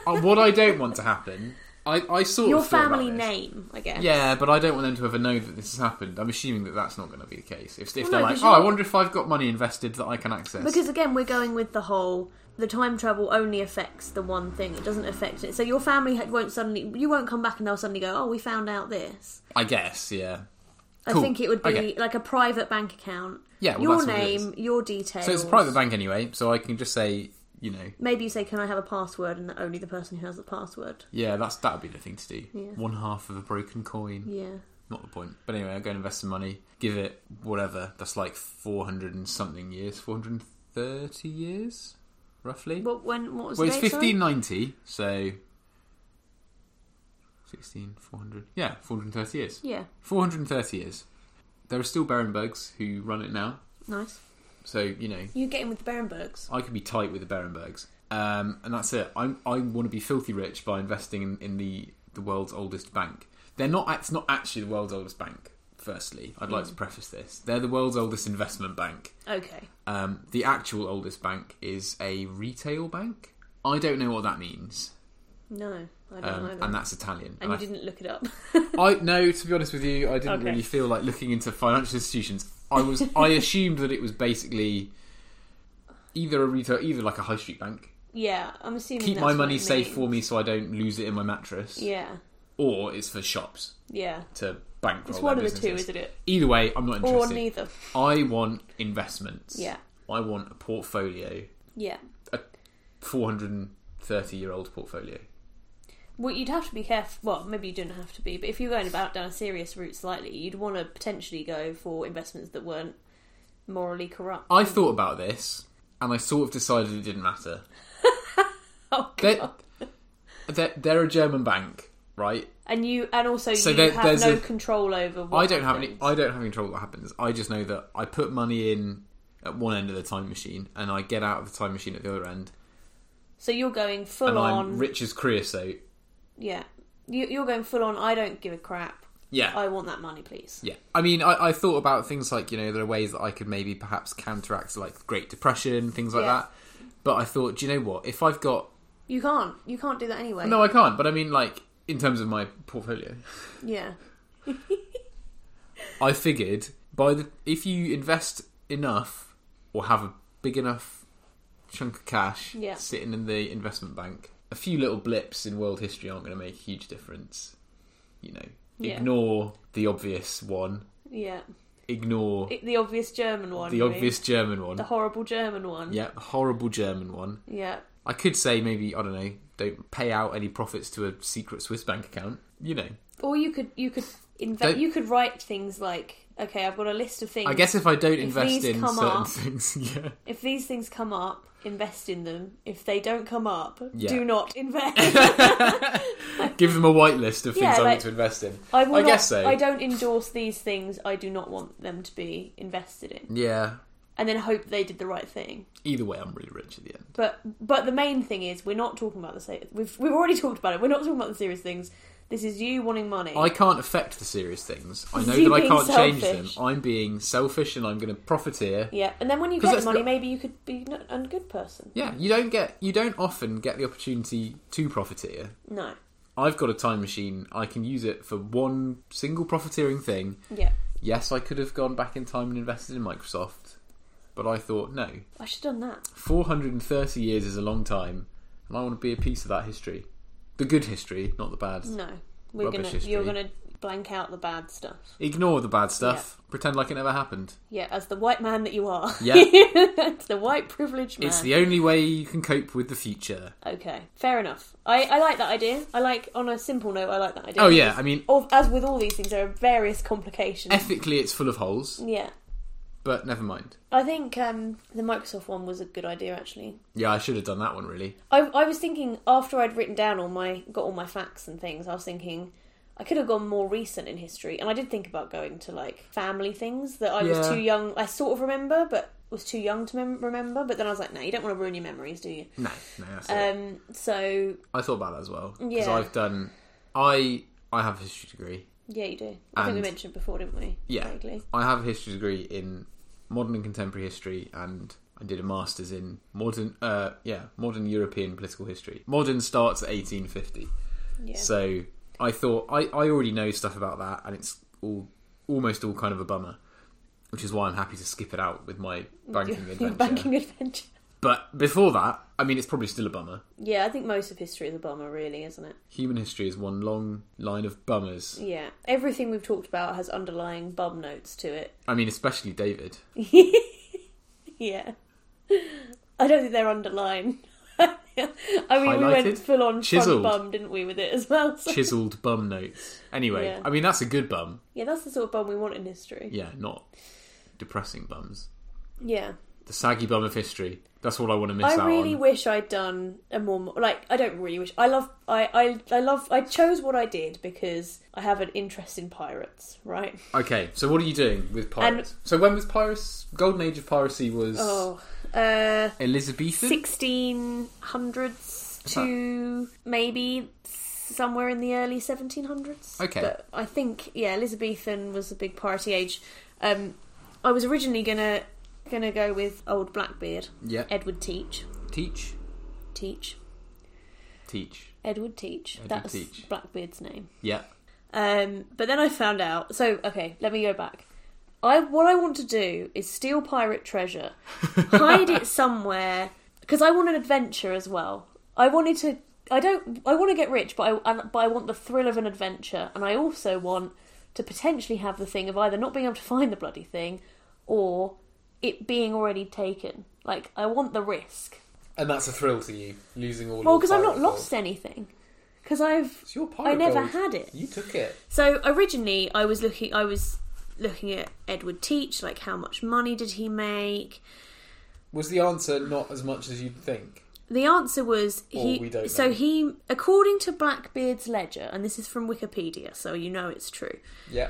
S2: uh, what I don't want to happen. I I sort
S1: Your
S2: of thought about
S1: family
S2: this.
S1: name, I guess.
S2: Yeah, but I don't want them to ever know that this has happened. I'm assuming that that's not going to be the case. If, if
S1: Well,
S2: they're
S1: no,
S2: like,
S1: because
S2: oh, I
S1: you're-
S2: wonder if I've got money invested that I can access.
S1: Because again, we're going with the whole the time travel only affects the one thing; it doesn't affect it. So your family ha- won't suddenly you won't come back and they'll suddenly go, "Oh, we found out this."
S2: I guess, yeah.
S1: I
S2: Cool.
S1: think it would be
S2: Okay.
S1: like a private bank account.
S2: Yeah, well,
S1: your
S2: that's what it
S1: name, your details.
S2: So it's a private bank anyway, so I can just say, you know,
S1: Maybe you say, "Can I have a password?" and only the person who has the password.
S2: yeah, that's that would be the thing to do.
S1: Yeah.
S2: One half of a broken coin.
S1: Yeah,
S2: not the point. But anyway, I go and invest some money, give it whatever. That's like four hundred and something years, four hundred and thirty years, roughly.
S1: what when what was
S2: well,
S1: the
S2: it's
S1: date, sorry?
S2: fifteen ninety, so 16, 400. Yeah, four hundred and thirty years.
S1: Yeah,
S2: Four hundred and thirty years. There are still Berenbergs who run it now,
S1: nice.
S2: so you know
S1: You get in with the Berenbergs.
S2: I could be tight with the Berenbergs, um, and that's it. I'm, I want to be filthy rich by investing in, in the the world's oldest bank. They're not. It's not actually the world's oldest bank. Firstly, I'd
S1: Hmm.
S2: like to preface this: they're the world's oldest investment bank.
S1: Okay,
S2: Um, the actual oldest bank is a retail bank. I don't know what that means,
S1: no, I don't
S2: um,
S1: know. That.
S2: and that's Italian.
S1: and you
S2: I-
S1: didn't look it up.
S2: I no, to be honest with you, I didn't
S1: Okay.
S2: really feel like looking into financial institutions. I was I assumed that it was basically either a retail, either like a high street bank
S1: Yeah, I'm assuming.
S2: Keep
S1: that's
S2: my
S1: what
S2: money
S1: it
S2: safe for me
S1: means.
S2: so I don't lose it in my mattress.
S1: Yeah,
S2: Or it's for shops
S1: yeah.
S2: to bankroll.
S1: It's
S2: their
S1: one of the
S2: businesses.
S1: two, isn't it?
S2: Either way, I'm not
S1: Or
S2: interested.
S1: neither.
S2: I want investments.
S1: Yeah,
S2: I want a portfolio,
S1: yeah.
S2: 430 year old portfolio.
S1: Well, you'd have to be careful. Well, maybe you didn't have to be, but if you're going about down a serious route slightly, you'd want to potentially go for investments that weren't morally corrupt.
S2: I thought about this and I sort of decided it didn't matter.
S1: Oh,
S2: They're,
S1: God.
S2: they're, they're a German bank, right?
S1: and you, and also
S2: So
S1: you
S2: there-
S1: have
S2: there's
S1: no
S2: a-
S1: control over. What
S2: I don't have any.
S1: happens.
S2: I don't have any control what happens. I just know that I put money in at one end of the time machine, and I get out of the time machine at the other end,
S1: So you're going full
S2: and
S1: on.
S2: I'm rich as creosote.
S1: yeah, you, you're going full on. I don't give a crap.
S2: Yeah,
S1: I want that money, please.
S2: yeah. I mean, I, I thought about things like you know there are ways that I could maybe perhaps counteract like Great Depression, things like
S1: Yeah.
S2: that. But I thought, do you know what? If I've got
S1: You can't. You can't do that anyway.
S2: no, I can't. But I mean, like in terms of my portfolio,
S1: Yeah.
S2: I figured by the if you invest enough or have a big enough chunk of cash
S1: Yeah.
S2: sitting in the investment bank, a few little blips in world history aren't going to make a huge difference. You know,
S1: Yeah.
S2: ignore the obvious one,
S1: Yeah.
S2: ignore
S1: I- the obvious German one.
S2: the
S1: you mean?
S2: obvious German one.
S1: The horrible German one.
S2: yeah, the horrible German one.
S1: Yeah.
S2: I could say maybe I don't know, don't pay out any profits to a secret Swiss bank account. You know,
S1: Or you could you could invest.
S2: Don't-
S1: You could write things like, okay, I've got a list of things.
S2: I guess if I don't
S1: If
S2: invest
S1: these
S2: in
S1: come
S2: certain
S1: up-
S2: things, yeah.
S1: if these things come up, invest in them. If they don't come up,
S2: Yeah.
S1: do not invest.
S2: Give them a whitelist of things
S1: Yeah,
S2: I
S1: like-
S2: want to invest in.
S1: I, will
S2: I
S1: not-
S2: guess so.
S1: I don't endorse these things. I do not want them to be invested in,
S2: Yeah.
S1: and then hope they did the right thing.
S2: Either way, I'm really rich at the end.
S1: But but the main thing is we're not talking about the se- we've we've already talked about it. We're not talking about the serious things. This is you wanting money.
S2: I can't affect the serious things. I know
S1: You
S2: that I
S1: being
S2: can't change them.
S1: selfish.
S2: I'm being selfish and I'm going to profiteer.
S1: yeah, and then when you
S2: 'Cause
S1: get the
S2: that's
S1: money,
S2: not-
S1: maybe you could be n- a good person.
S2: Yeah, you don't get you don't often get the opportunity to profiteer.
S1: No,
S2: I've got a time machine. I can use it for one single profiteering thing.
S1: yeah,
S2: Yes, I could have gone back in time and invested in Microsoft, but I thought no.
S1: I should have done that.
S2: 430 years is a long time, and I want to be a piece of that history. The good history, not the bad.
S1: No, we're
S2: Rubbish
S1: gonna
S2: history.
S1: you're gonna blank out the bad stuff.
S2: Ignore the bad stuff. Pretend like it never happened.
S1: Yeah, as the white man that you are.
S2: Yeah.
S1: it's the white privileged man.
S2: It's the only way you can cope with the future.
S1: okay, fair enough. I I like that idea. I like on a simple note. I like that idea.
S2: Oh yeah, I mean,
S1: Of, as with all these things, there are various complications.
S2: ethically it's full of holes,
S1: yeah.
S2: but never mind.
S1: I think um, the Microsoft one was a good idea actually.
S2: Yeah, I should have done that one really.
S1: I, I was thinking after I'd written down all my got all my facts and things, I was thinking I could have gone more recent in history, and I did think about going to like family things that I was
S2: Yeah.
S1: too young. I sort of remember, but was too young to mem- remember. But then I was like, no, you don't want to ruin your memories, do you?
S2: No, no, that's it.
S1: Um, so
S2: I thought about that as well because
S1: yeah.
S2: I've done. I I have a history degree.
S1: yeah, you do. I think we
S2: And-
S1: mentioned before, didn't we?
S2: Yeah.
S1: Vaguely.
S2: I have a history degree in modern and contemporary history, and I did a masters in modern. Uh, yeah, modern European political history. Modern starts at 1850.
S1: Yeah.
S2: So I thought I, I already know stuff about that, and it's all almost all kind of a bummer, which is why I'm happy to skip it out with my banking
S1: Your- your
S2: adventure.
S1: banking adventure.
S2: But before that, I mean, it's probably still a bummer.
S1: Yeah, I think most of history is a bummer, really, isn't it?
S2: Human history is one long line of bummers.
S1: Yeah, everything we've talked about has underlying bum notes to it.
S2: I mean, especially David.
S1: Yeah. I don't think they're underlined. I mean, we
S2: Highlighted?
S1: went full on front
S2: Chiseled.
S1: bum, didn't we, with it as well? So.
S2: Chiseled bum notes. Anyway,
S1: Yeah.
S2: I mean, that's a good bum.
S1: Yeah, that's the sort of bum we want in history.
S2: Yeah, not depressing bums.
S1: Yeah.
S2: The saggy bum of history. That's what I want to miss
S1: I
S2: out
S1: really
S2: on.
S1: wish I'd done a more mo- like I don't really wish I love I, I I love I chose what I did because I have an interest in pirates, right?
S2: Okay, so what are you doing with pirates? so when was pirates? Golden age of piracy was
S1: Oh, uh
S2: Elizabethan.
S1: 1600s to
S2: Uh,
S1: maybe somewhere in the early 1700s.
S2: Okay.
S1: But I think yeah, Elizabethan was a big party age. Um, I was originally gonna gonna go with old Blackbeard,
S2: Yeah.
S1: Edward Teach,
S2: Teach.
S1: Teach,
S2: Teach.
S1: Edward Teach.
S2: Edward
S1: That's
S2: Teach.
S1: Blackbeard's name.
S2: Yeah.
S1: Um, but then I found out. So okay, let me go back. I what I want to do is steal pirate treasure, hide it somewhere, because I want an adventure as well. I wanted to. I don't. I want to get rich, but I and- but I want the thrill of an adventure, and I also want to potentially have the thing of either not being able to find the bloody thing, or it being already taken. Like I want the risk.
S3: And that's a thrill to you, losing all
S1: Well,
S3: your
S1: because I've
S3: pirate
S1: not
S3: gold.
S1: lost anything. Because I've
S3: It's your pirate
S1: I never
S3: gold.
S1: had it.
S3: You took it.
S1: So originally, I was looking. I was looking at Edward Teach. Like, how much money did he make?
S3: Was the answer not as much as you'd think?
S1: The answer was
S3: Or
S1: he.
S3: we don't
S1: so
S3: know.
S1: he, according to Blackbeard's ledger, and this is from Wikipedia, so you know it's true.
S3: Yeah.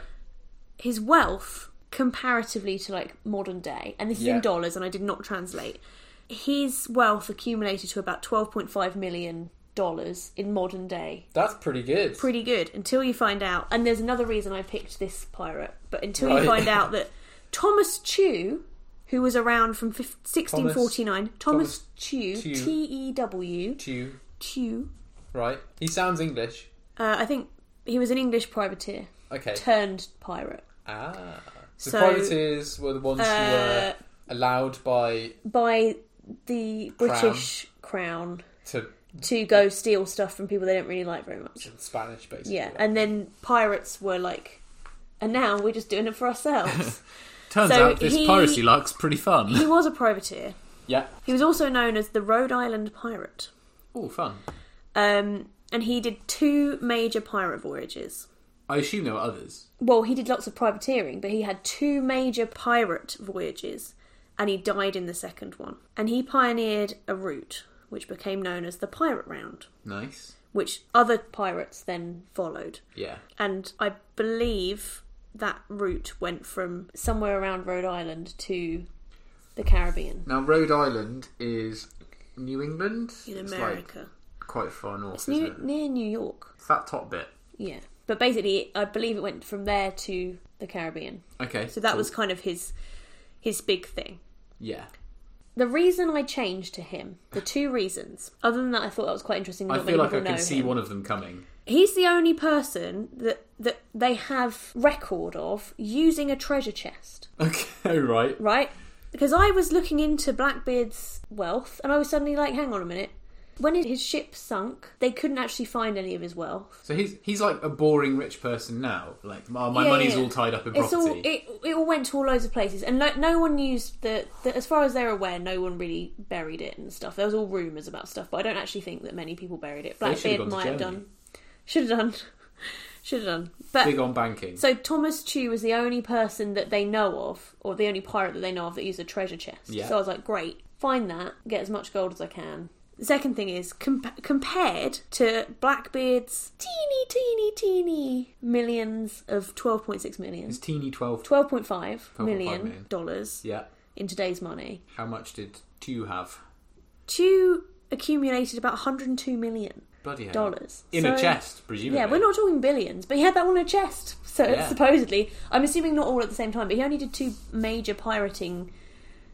S1: His wealth, comparatively to like modern day, and this is
S3: Yeah.
S1: in dollars, and I did not translate. His wealth accumulated to about twelve point five million dollars in modern day
S3: That's pretty good.
S1: pretty good until you find out. And there's another reason I picked this pirate, but until
S3: Right.
S1: you find out that Thomas Chew, who was around from fif- 1649, Thomas,
S3: Thomas
S1: Chew,
S3: Chew.
S1: T E W,
S3: to you,
S1: Chew,
S3: right? He sounds English.
S1: uh, I think he was an English privateer
S3: Okay.
S1: turned pirate
S3: ah. So,
S1: So, uh,
S3: privateers were the ones who were allowed by
S1: by the British crown
S3: to
S1: to go steal stuff from people they don't really like very much.
S3: Spanish, basically.
S1: Yeah, and then pirates were like, and now we're just doing it for ourselves.
S2: Turns
S1: So
S2: out this
S1: he-
S2: piracy luck's pretty
S1: he
S2: fun.
S1: was a privateer.
S3: yeah.
S1: He was also known as the Rhode Island Pirate.
S2: Oh, fun.
S1: Um, and he did two major pirate voyages.
S2: I assume there were others.
S1: Well, he did lots of privateering, but he had two major pirate voyages and he died in the second one. And he pioneered a route which became known as the Pirate Round,
S2: Nice.
S1: which other pirates then followed.
S2: Yeah.
S1: And I believe that route went from somewhere around Rhode Island to the Caribbean
S2: Now, Rhode Island is New England.
S1: in
S2: It's, like,
S1: America.
S2: quite far north,
S1: it's
S2: isn't
S1: near,
S2: it?
S1: near New York.
S2: It's that top bit.
S1: Yeah. But basically, I believe it went from there to the Caribbean.
S2: Okay.
S1: So that
S2: cool.
S1: was kind of his his big thing.
S2: Yeah.
S1: The reason I changed to him, the two reasons, other than that, I thought that was quite interesting.
S2: I
S1: Not
S2: feel
S1: many
S2: like I
S1: people
S2: can
S1: know
S2: see
S1: him.
S2: one of them coming.
S1: He's the only person that that they have record of using a treasure chest,
S2: Okay, right.
S1: right? Because I was looking into Blackbeard's wealth, and I was suddenly like, "Hang on a minute." When his ship sunk, they couldn't actually find any of his wealth.
S2: So he's he's like a boring rich person now. Like my, Oh, my
S1: Yeah,
S2: money's
S1: yeah.
S2: all tied up in
S1: It's all
S2: property.
S1: it, it all went to all loads of places, and no, no one used the, the. As far as they're aware, no one really buried it and stuff. There was all rumours about stuff, but I don't actually think that many people buried it.
S2: They
S1: Blackbeard
S2: should've gone to
S1: might have
S2: Germany.
S1: done, should have done, should have done. But
S2: Big on banking.
S1: so Thomas Chew was the only person that they know of, or the only pirate that they know of that used a treasure chest.
S2: Yeah.
S1: So I was like, great, find that, get as much gold as I can. The second thing is, com- compared to Blackbeard's teeny, teeny, teeny millions of 12.6 million.
S2: it's teeny twelve.
S1: Twelve point five
S2: million.
S1: million dollars
S2: Yeah.
S1: in today's money.
S2: How much did two have?
S1: Chew accumulated about 102 million
S2: Bloody hell.
S1: dollars
S2: In a
S1: So-
S2: chest, presumably.
S1: Yeah, we're not talking billions, but he had that one in a chest. So
S2: Yeah.
S1: supposedly, I'm assuming not all at the same time, but he only did two major pirating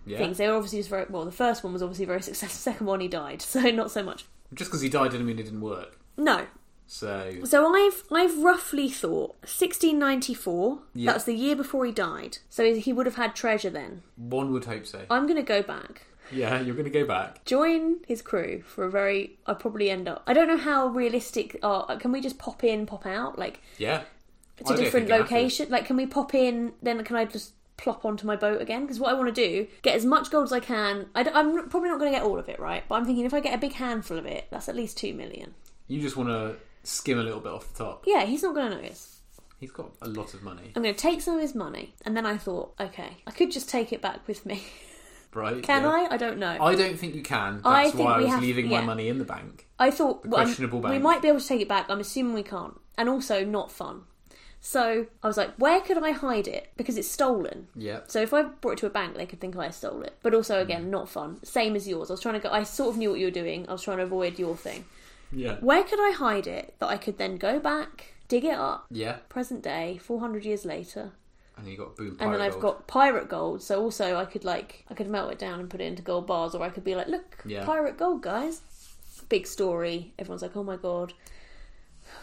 S2: Yeah.
S1: things. They were obviously just very well. The first one was obviously very successful. The second one, he died, so not so much.
S2: Just because he died didn't mean it didn't work.
S1: No,
S2: So
S1: So I've I've roughly thought 1694.
S2: Yeah.
S1: That's the year before he died. So he would have had treasure then.
S2: one would hope so.
S1: I'm gonna go back.
S2: Yeah, you're going to go back.
S1: join his crew for a very i probably end up i don't know how realistic are can we just pop in pop out like
S2: Yeah.
S1: to
S2: I don't
S1: different
S2: think it matters.
S1: locations like can we pop in then can i just plop onto my boat again because what i want to do get as much gold as i can I am probably not going to get all of it right but i'm thinking if i get a big handful of it that's at least two million
S2: You just want to skim a little bit off the top.
S1: yeah he's not going to notice
S2: He's got a lot of money,
S1: i'm going to take some of his money and then i thought okay i could just take it back with me
S2: right?
S1: can
S2: Yeah.
S1: i i don't know
S2: I don't think you can. That's
S1: I think
S2: why I
S1: we
S2: was
S1: have-
S2: leaving my
S1: yeah.
S2: money in the bank.
S1: I thought well, I'm-
S2: questionable
S1: we
S2: bank.
S1: might be able to take it back. I'm assuming we can't, and also not fun. So I was like, where could I hide it? Because it's stolen.
S2: Yeah.
S1: So if I brought it to a bank, they could think I stole it. But also, again, not fun. Same as yours. I was trying to go. I sort of knew what you were doing. I was trying to avoid your thing.
S2: Yeah.
S1: Where could I hide it that I could then go back, dig it up,
S2: Yeah.
S1: present day, 400 years later,
S2: And you got boom.
S1: and then
S2: pirate
S1: I've
S2: gold.
S1: got pirate gold. So also, I could like I could melt it down and put it into gold bars, or I could be like, look,
S2: Yeah.
S1: pirate gold, guys. Big story. Everyone's like, oh my god,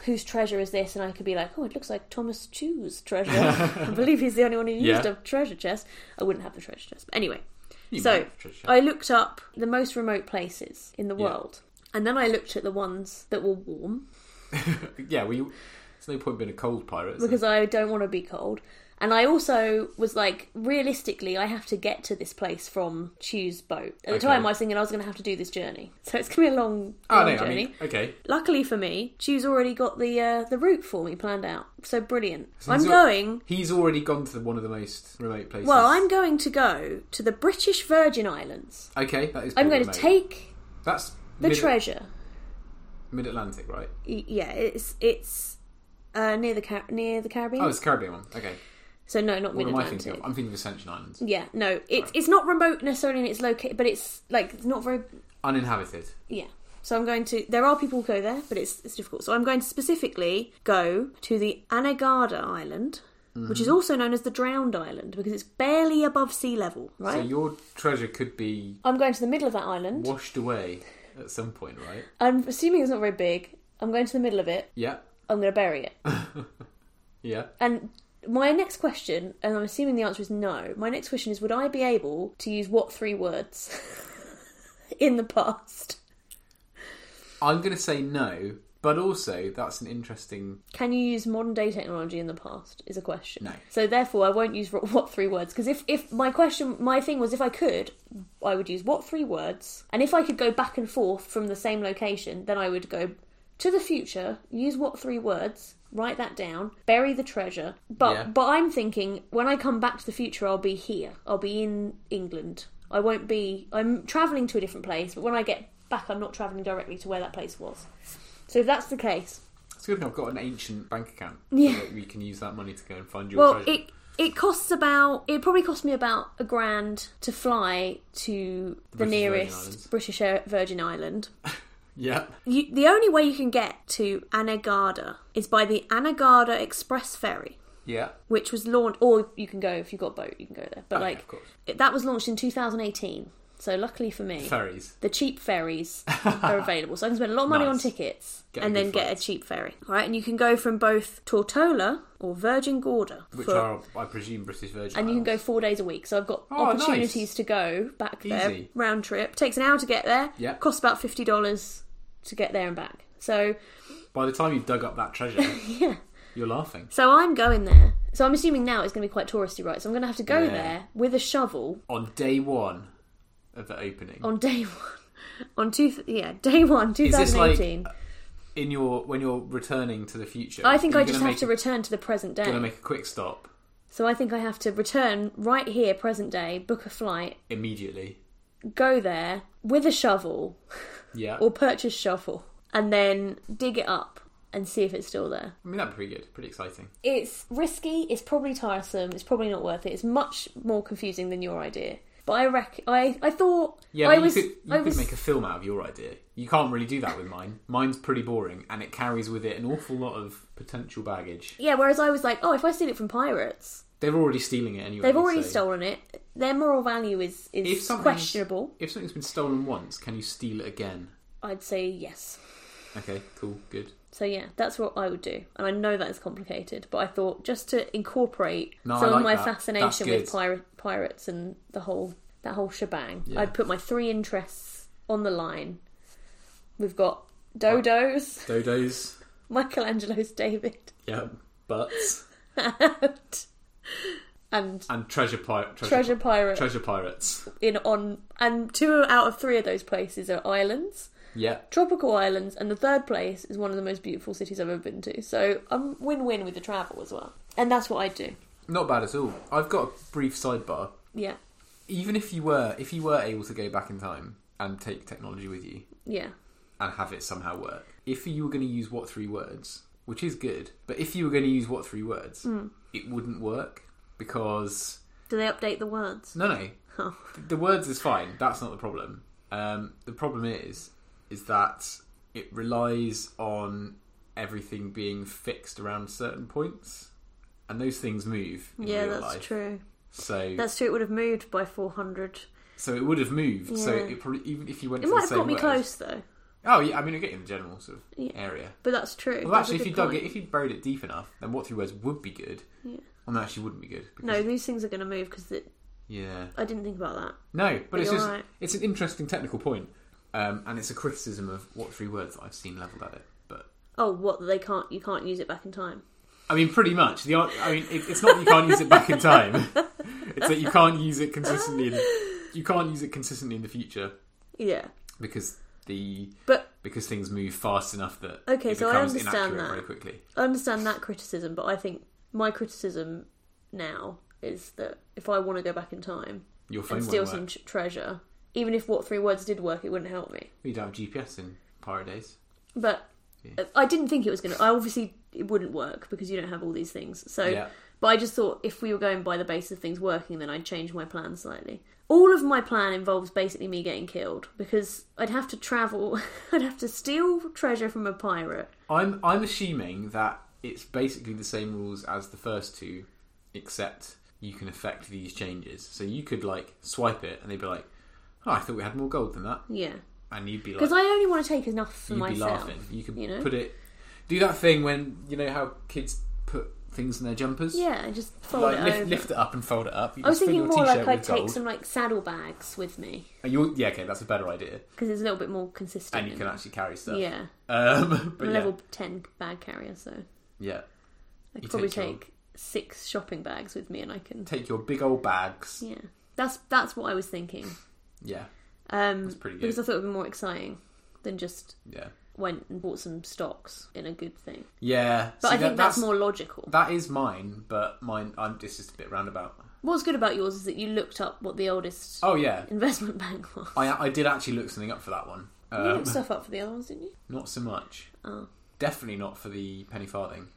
S1: whose treasure is this? And I could be like, oh, it looks like Thomas Chew's treasure. I believe he's the only one who used
S2: Yeah.
S1: a treasure chest. I wouldn't have the treasure chest, but anyway.
S2: You
S1: So,
S2: might, Patricia.
S1: I looked up the most remote places in the
S2: Yeah.
S1: world, and then I looked at the ones that were warm
S2: yeah, well, you, there's no point being a cold pirate. is there?
S1: because I don't want to be cold. And I also was like, realistically, I have to get to this place from Chew's boat. At the
S2: Okay.
S1: time, I was thinking I was going to have to do this journey, so it's going to be a long,
S2: oh
S1: long
S2: no,
S1: journey.
S2: I mean, okay.
S1: Luckily for me, Chew's already got the uh, the route for me planned out. So brilliant!
S2: So
S1: I'm
S2: he's al-
S1: going
S2: He's already gone to the, one of the most remote places.
S1: Well, I'm going to go to the British Virgin Islands.
S2: okay. That is.
S1: I'm
S2: pretty
S1: going to
S2: remote.
S1: take
S2: that's
S1: the
S2: mid,
S1: treasure.
S2: Mid-Atlantic, right?
S1: Y- Yeah, it's it's uh, near the Car- near the Caribbean.
S2: Oh, it's the Caribbean one. Okay.
S1: so no, not
S2: What
S1: Mid
S2: am I thinking
S1: Atlantic.
S2: of? I'm thinking of Ascension Islands,
S1: Yeah, no, it's it's not remote necessarily in its location, but it's like it's not very
S2: uninhabited.
S1: yeah. So I'm going to. There are people who go there, but it's it's difficult. So I'm going to specifically go to the Anegada Island, which is also known as the Drowned Island because it's barely above sea level.
S2: So
S1: Right.
S2: your treasure could be
S1: I'm going to the middle of that island.
S2: washed away at some point, right?
S1: I'm assuming it's not very big. I'm going to the middle of it.
S2: Yeah.
S1: I'm going to bury it.
S2: Yeah.
S1: And my next question, and I'm assuming the answer is no, my next question is would I be able to use what three words in the past?
S2: I'm going to say no, but also that's an interesting.
S1: Can you use modern day technology in the past? Is a question.
S2: No.
S1: So therefore, I won't use what three words because if if my question, my thing was if I could, I would use what three words, and if I could go back and forth from the same location, then I would go to the future, use what three words, write that down, bury the treasure. But
S2: Yeah.
S1: but I'm thinking when I come back to the future, I'll be here. I'll be in England. I won't be. I'm traveling to a different place, but when I get back, I'm not traveling directly to where that place was. So if that's the case.
S2: It's good I've got an ancient bank account.
S1: Yeah.
S2: So that we can use that money to go and find your
S1: Well,
S2: treasure.
S1: it it costs about it probably cost me about a grand to fly to the,
S2: British Virgin
S1: nearest
S2: Islands.
S1: British Air- Virgin Island.
S2: Yeah.
S1: You, the only way you can get to Anegada is by the Anegada Express ferry,
S2: Yeah.
S1: which was launched. Or you can go if you've got a boat, you can go there. But
S2: Okay,
S1: like
S2: of course.
S1: it, that was launched in 2018, so luckily for me,
S2: Ferries.
S1: the cheap ferries are available. So I can spend a lot of money on
S2: Nice.
S1: tickets
S2: Get a
S1: and
S2: good
S1: then get a
S2: flight.
S1: cheap ferry. All right, and you can go from both Tortola or Virgin Gorda,
S2: Which
S1: for-
S2: are, I presume, British Virgin
S1: and you can go
S2: Islands.
S1: four days a week. So I've got
S2: Oh, nice.
S1: opportunities to go back there
S2: Easy.
S1: round trip. Takes an hour to get there.
S2: Yeah.
S1: costs about fifty dollars to get there and back. So
S2: By the time you've dug up that treasure,
S1: yeah,
S2: you're laughing.
S1: so I'm going there. So I'm assuming now it's going to be quite touristy, right? So I'm going to have to go
S2: Yeah.
S1: there with a shovel
S2: On day one of the opening,
S1: on day one, on two yeah day one,
S2: this like-
S1: 2018.
S2: in your when you're returning to the future,
S1: I think
S2: are you
S1: I just
S2: gonna
S1: have to
S2: make
S1: return to the present day.
S2: a- gonna make a quick stop
S1: So I think I have to return right here, present day, book a flight,
S2: immediately.
S1: go there with a shovel,
S2: Yeah.
S1: or purchase shovel and then dig it up and see if it's still there.
S2: I mean that'd be pretty good, pretty exciting.
S1: It's risky, it's probably tiresome, it's probably not worth it. It's much more confusing than your idea. But I reckon I I thought
S2: Yeah,
S1: I
S2: but
S1: was
S2: you could you
S1: I
S2: could
S1: was
S2: make a film out of your idea. You can't really do that with mine. Mine's pretty boring, and it carries with it an awful lot of potential baggage.
S1: yeah, whereas I was like, oh, if I steal it from pirates,
S2: They're already stealing it anyway.
S1: they've already
S2: so-
S1: stolen it. Their moral value is
S2: If
S1: is
S2: something's-
S1: questionable.
S2: If something's been stolen once, can you steal it again?
S1: I'd say yes.
S2: Okay, cool, good,
S1: So yeah, that's what I would do, and I know that is complicated, but I thought just to incorporate
S2: No, I
S1: some of
S2: like
S1: my
S2: that.
S1: fascination with
S2: That's
S1: pirate, pirates and the whole that whole shebang,
S2: Yeah.
S1: I'd put my three interests on the line. We've got dodos,
S2: dodos.
S1: Michelangelo's David,
S2: Yeah, butts
S1: and, and
S2: and treasure pirate treasure,
S1: treasure pirate
S2: treasure pirates.
S1: in on, and two out of three of those places are islands.
S2: Yeah,
S1: Tropical islands, and the third place is one of the most beautiful cities I've ever been to. So I'm win-win with the travel as well, and that's what I do.
S2: not bad at all. I've got a brief sidebar.
S1: Yeah,
S2: Even if you were if you were able to go back in time and take technology with you
S1: yeah.
S2: and have it somehow work, if you were going to use what three words, which is good, but if you were going to use what three words,
S1: Hmm.
S2: it wouldn't work because
S1: Do they update the words?
S2: no no
S1: Oh.
S2: the words is fine. That's not the problem. Um, the problem is, is that it relies on everything being fixed around certain points, and those things move. In
S1: Yeah,
S2: real
S1: that's
S2: life.
S1: true.
S2: So,
S1: That's true. It would have moved by four hundred.
S2: so it would have moved. So
S1: Yeah.
S2: it probably even if you went
S1: It
S2: for
S1: might
S2: the
S1: have
S2: same
S1: got me
S2: words-
S1: close though.
S2: Oh yeah, I mean, it'd get in the general sort of
S1: Yeah.
S2: area.
S1: But that's true.
S2: Well,
S1: That's a
S2: actually, if
S1: good
S2: you dug
S1: point.
S2: it, if you buried it deep enough, then what three words would be good,
S1: Yeah.
S2: and actually wouldn't be good.
S1: no,
S2: Because,
S1: these things are going to move because
S2: Yeah.
S1: I didn't think about that.
S2: No, but it's
S1: you're
S2: just,
S1: right.
S2: it's an interesting technical point, um, and it's a criticism of what three words that I've seen levelled at it. But
S1: Oh, what they can't you can't use it back in time.
S2: I mean, pretty much the. ar- I mean, it, it's not that you can't use it back in time. it's that you can't use it consistently. In, you can't use it consistently in the future
S1: Yeah,
S2: because the
S1: but
S2: because things move fast enough that
S1: Okay,
S2: it
S1: so I
S2: becomes
S1: understand
S2: inaccurate
S1: that.
S2: very quickly.
S1: I understand that criticism. But I think my criticism now is that if I want to go back in time
S2: Your phone
S1: and
S2: won't
S1: steal
S2: work.
S1: some tr- treasure, even if what three words did work, it wouldn't help me.
S2: We'd have GPS in pirate days.
S1: But
S2: Yeah.
S1: I didn't think it was going to. I obviously it wouldn't work because you don't have all these things. So,
S2: Yeah.
S1: but I just thought if we were going by the basis of things working, then I'd change my plan slightly. All of my plan involves basically me getting killed because I'd have to travel. I'd have to steal treasure from a pirate.
S2: I'm I'm assuming that it's basically the same rules as the first two, except you can affect these changes. So you could like swipe it, and they'd be like, "Oh, I thought we had more gold than that,"
S1: Yeah,
S2: and you'd be like,
S1: because I only want to take enough for
S2: "You'd be
S1: myself.
S2: laughing." You could
S1: you know?
S2: put it, do that thing when you know how kids put things in their jumpers.
S1: Yeah, and just fold
S2: Like
S1: it
S2: lift,
S1: over.
S2: lift it up and fold it up. You
S1: I was
S2: just fill
S1: thinking
S2: your
S1: more
S2: t-shirt
S1: like I'd
S2: with
S1: take
S2: gold.
S1: some like saddlebags with me
S2: And you'll- yeah, okay, that's a better idea,
S1: because it's a little bit more consistent.
S2: and you can actually carry stuff.
S1: yeah,
S2: Um,
S1: I'm
S2: but
S1: a
S2: yeah,
S1: level ten bag carrier, so.
S2: yeah,
S1: I
S2: You
S1: could probably
S2: take your-
S1: take six shopping bags with me, and I can.
S2: take your big old bags.
S1: Yeah, that's that's what I was thinking.
S2: Yeah,
S1: Um,
S2: That's pretty good.
S1: Because I thought it would be more exciting than just
S2: yeah,
S1: went and bought some stocks in a good thing.
S2: yeah.
S1: But
S2: See,
S1: I
S2: that-
S1: think that's, more logical.
S2: That is mine, but mine. I'm it's just a bit roundabout.
S1: What's good about yours is that you looked up what the oldest
S2: Oh yeah,
S1: investment bank was.
S2: I I did actually look something up for that one.
S1: you
S2: Um,
S1: looked stuff up for the other ones, didn't you?
S2: not so much.
S1: Oh.
S2: Definitely not for the penny farthing.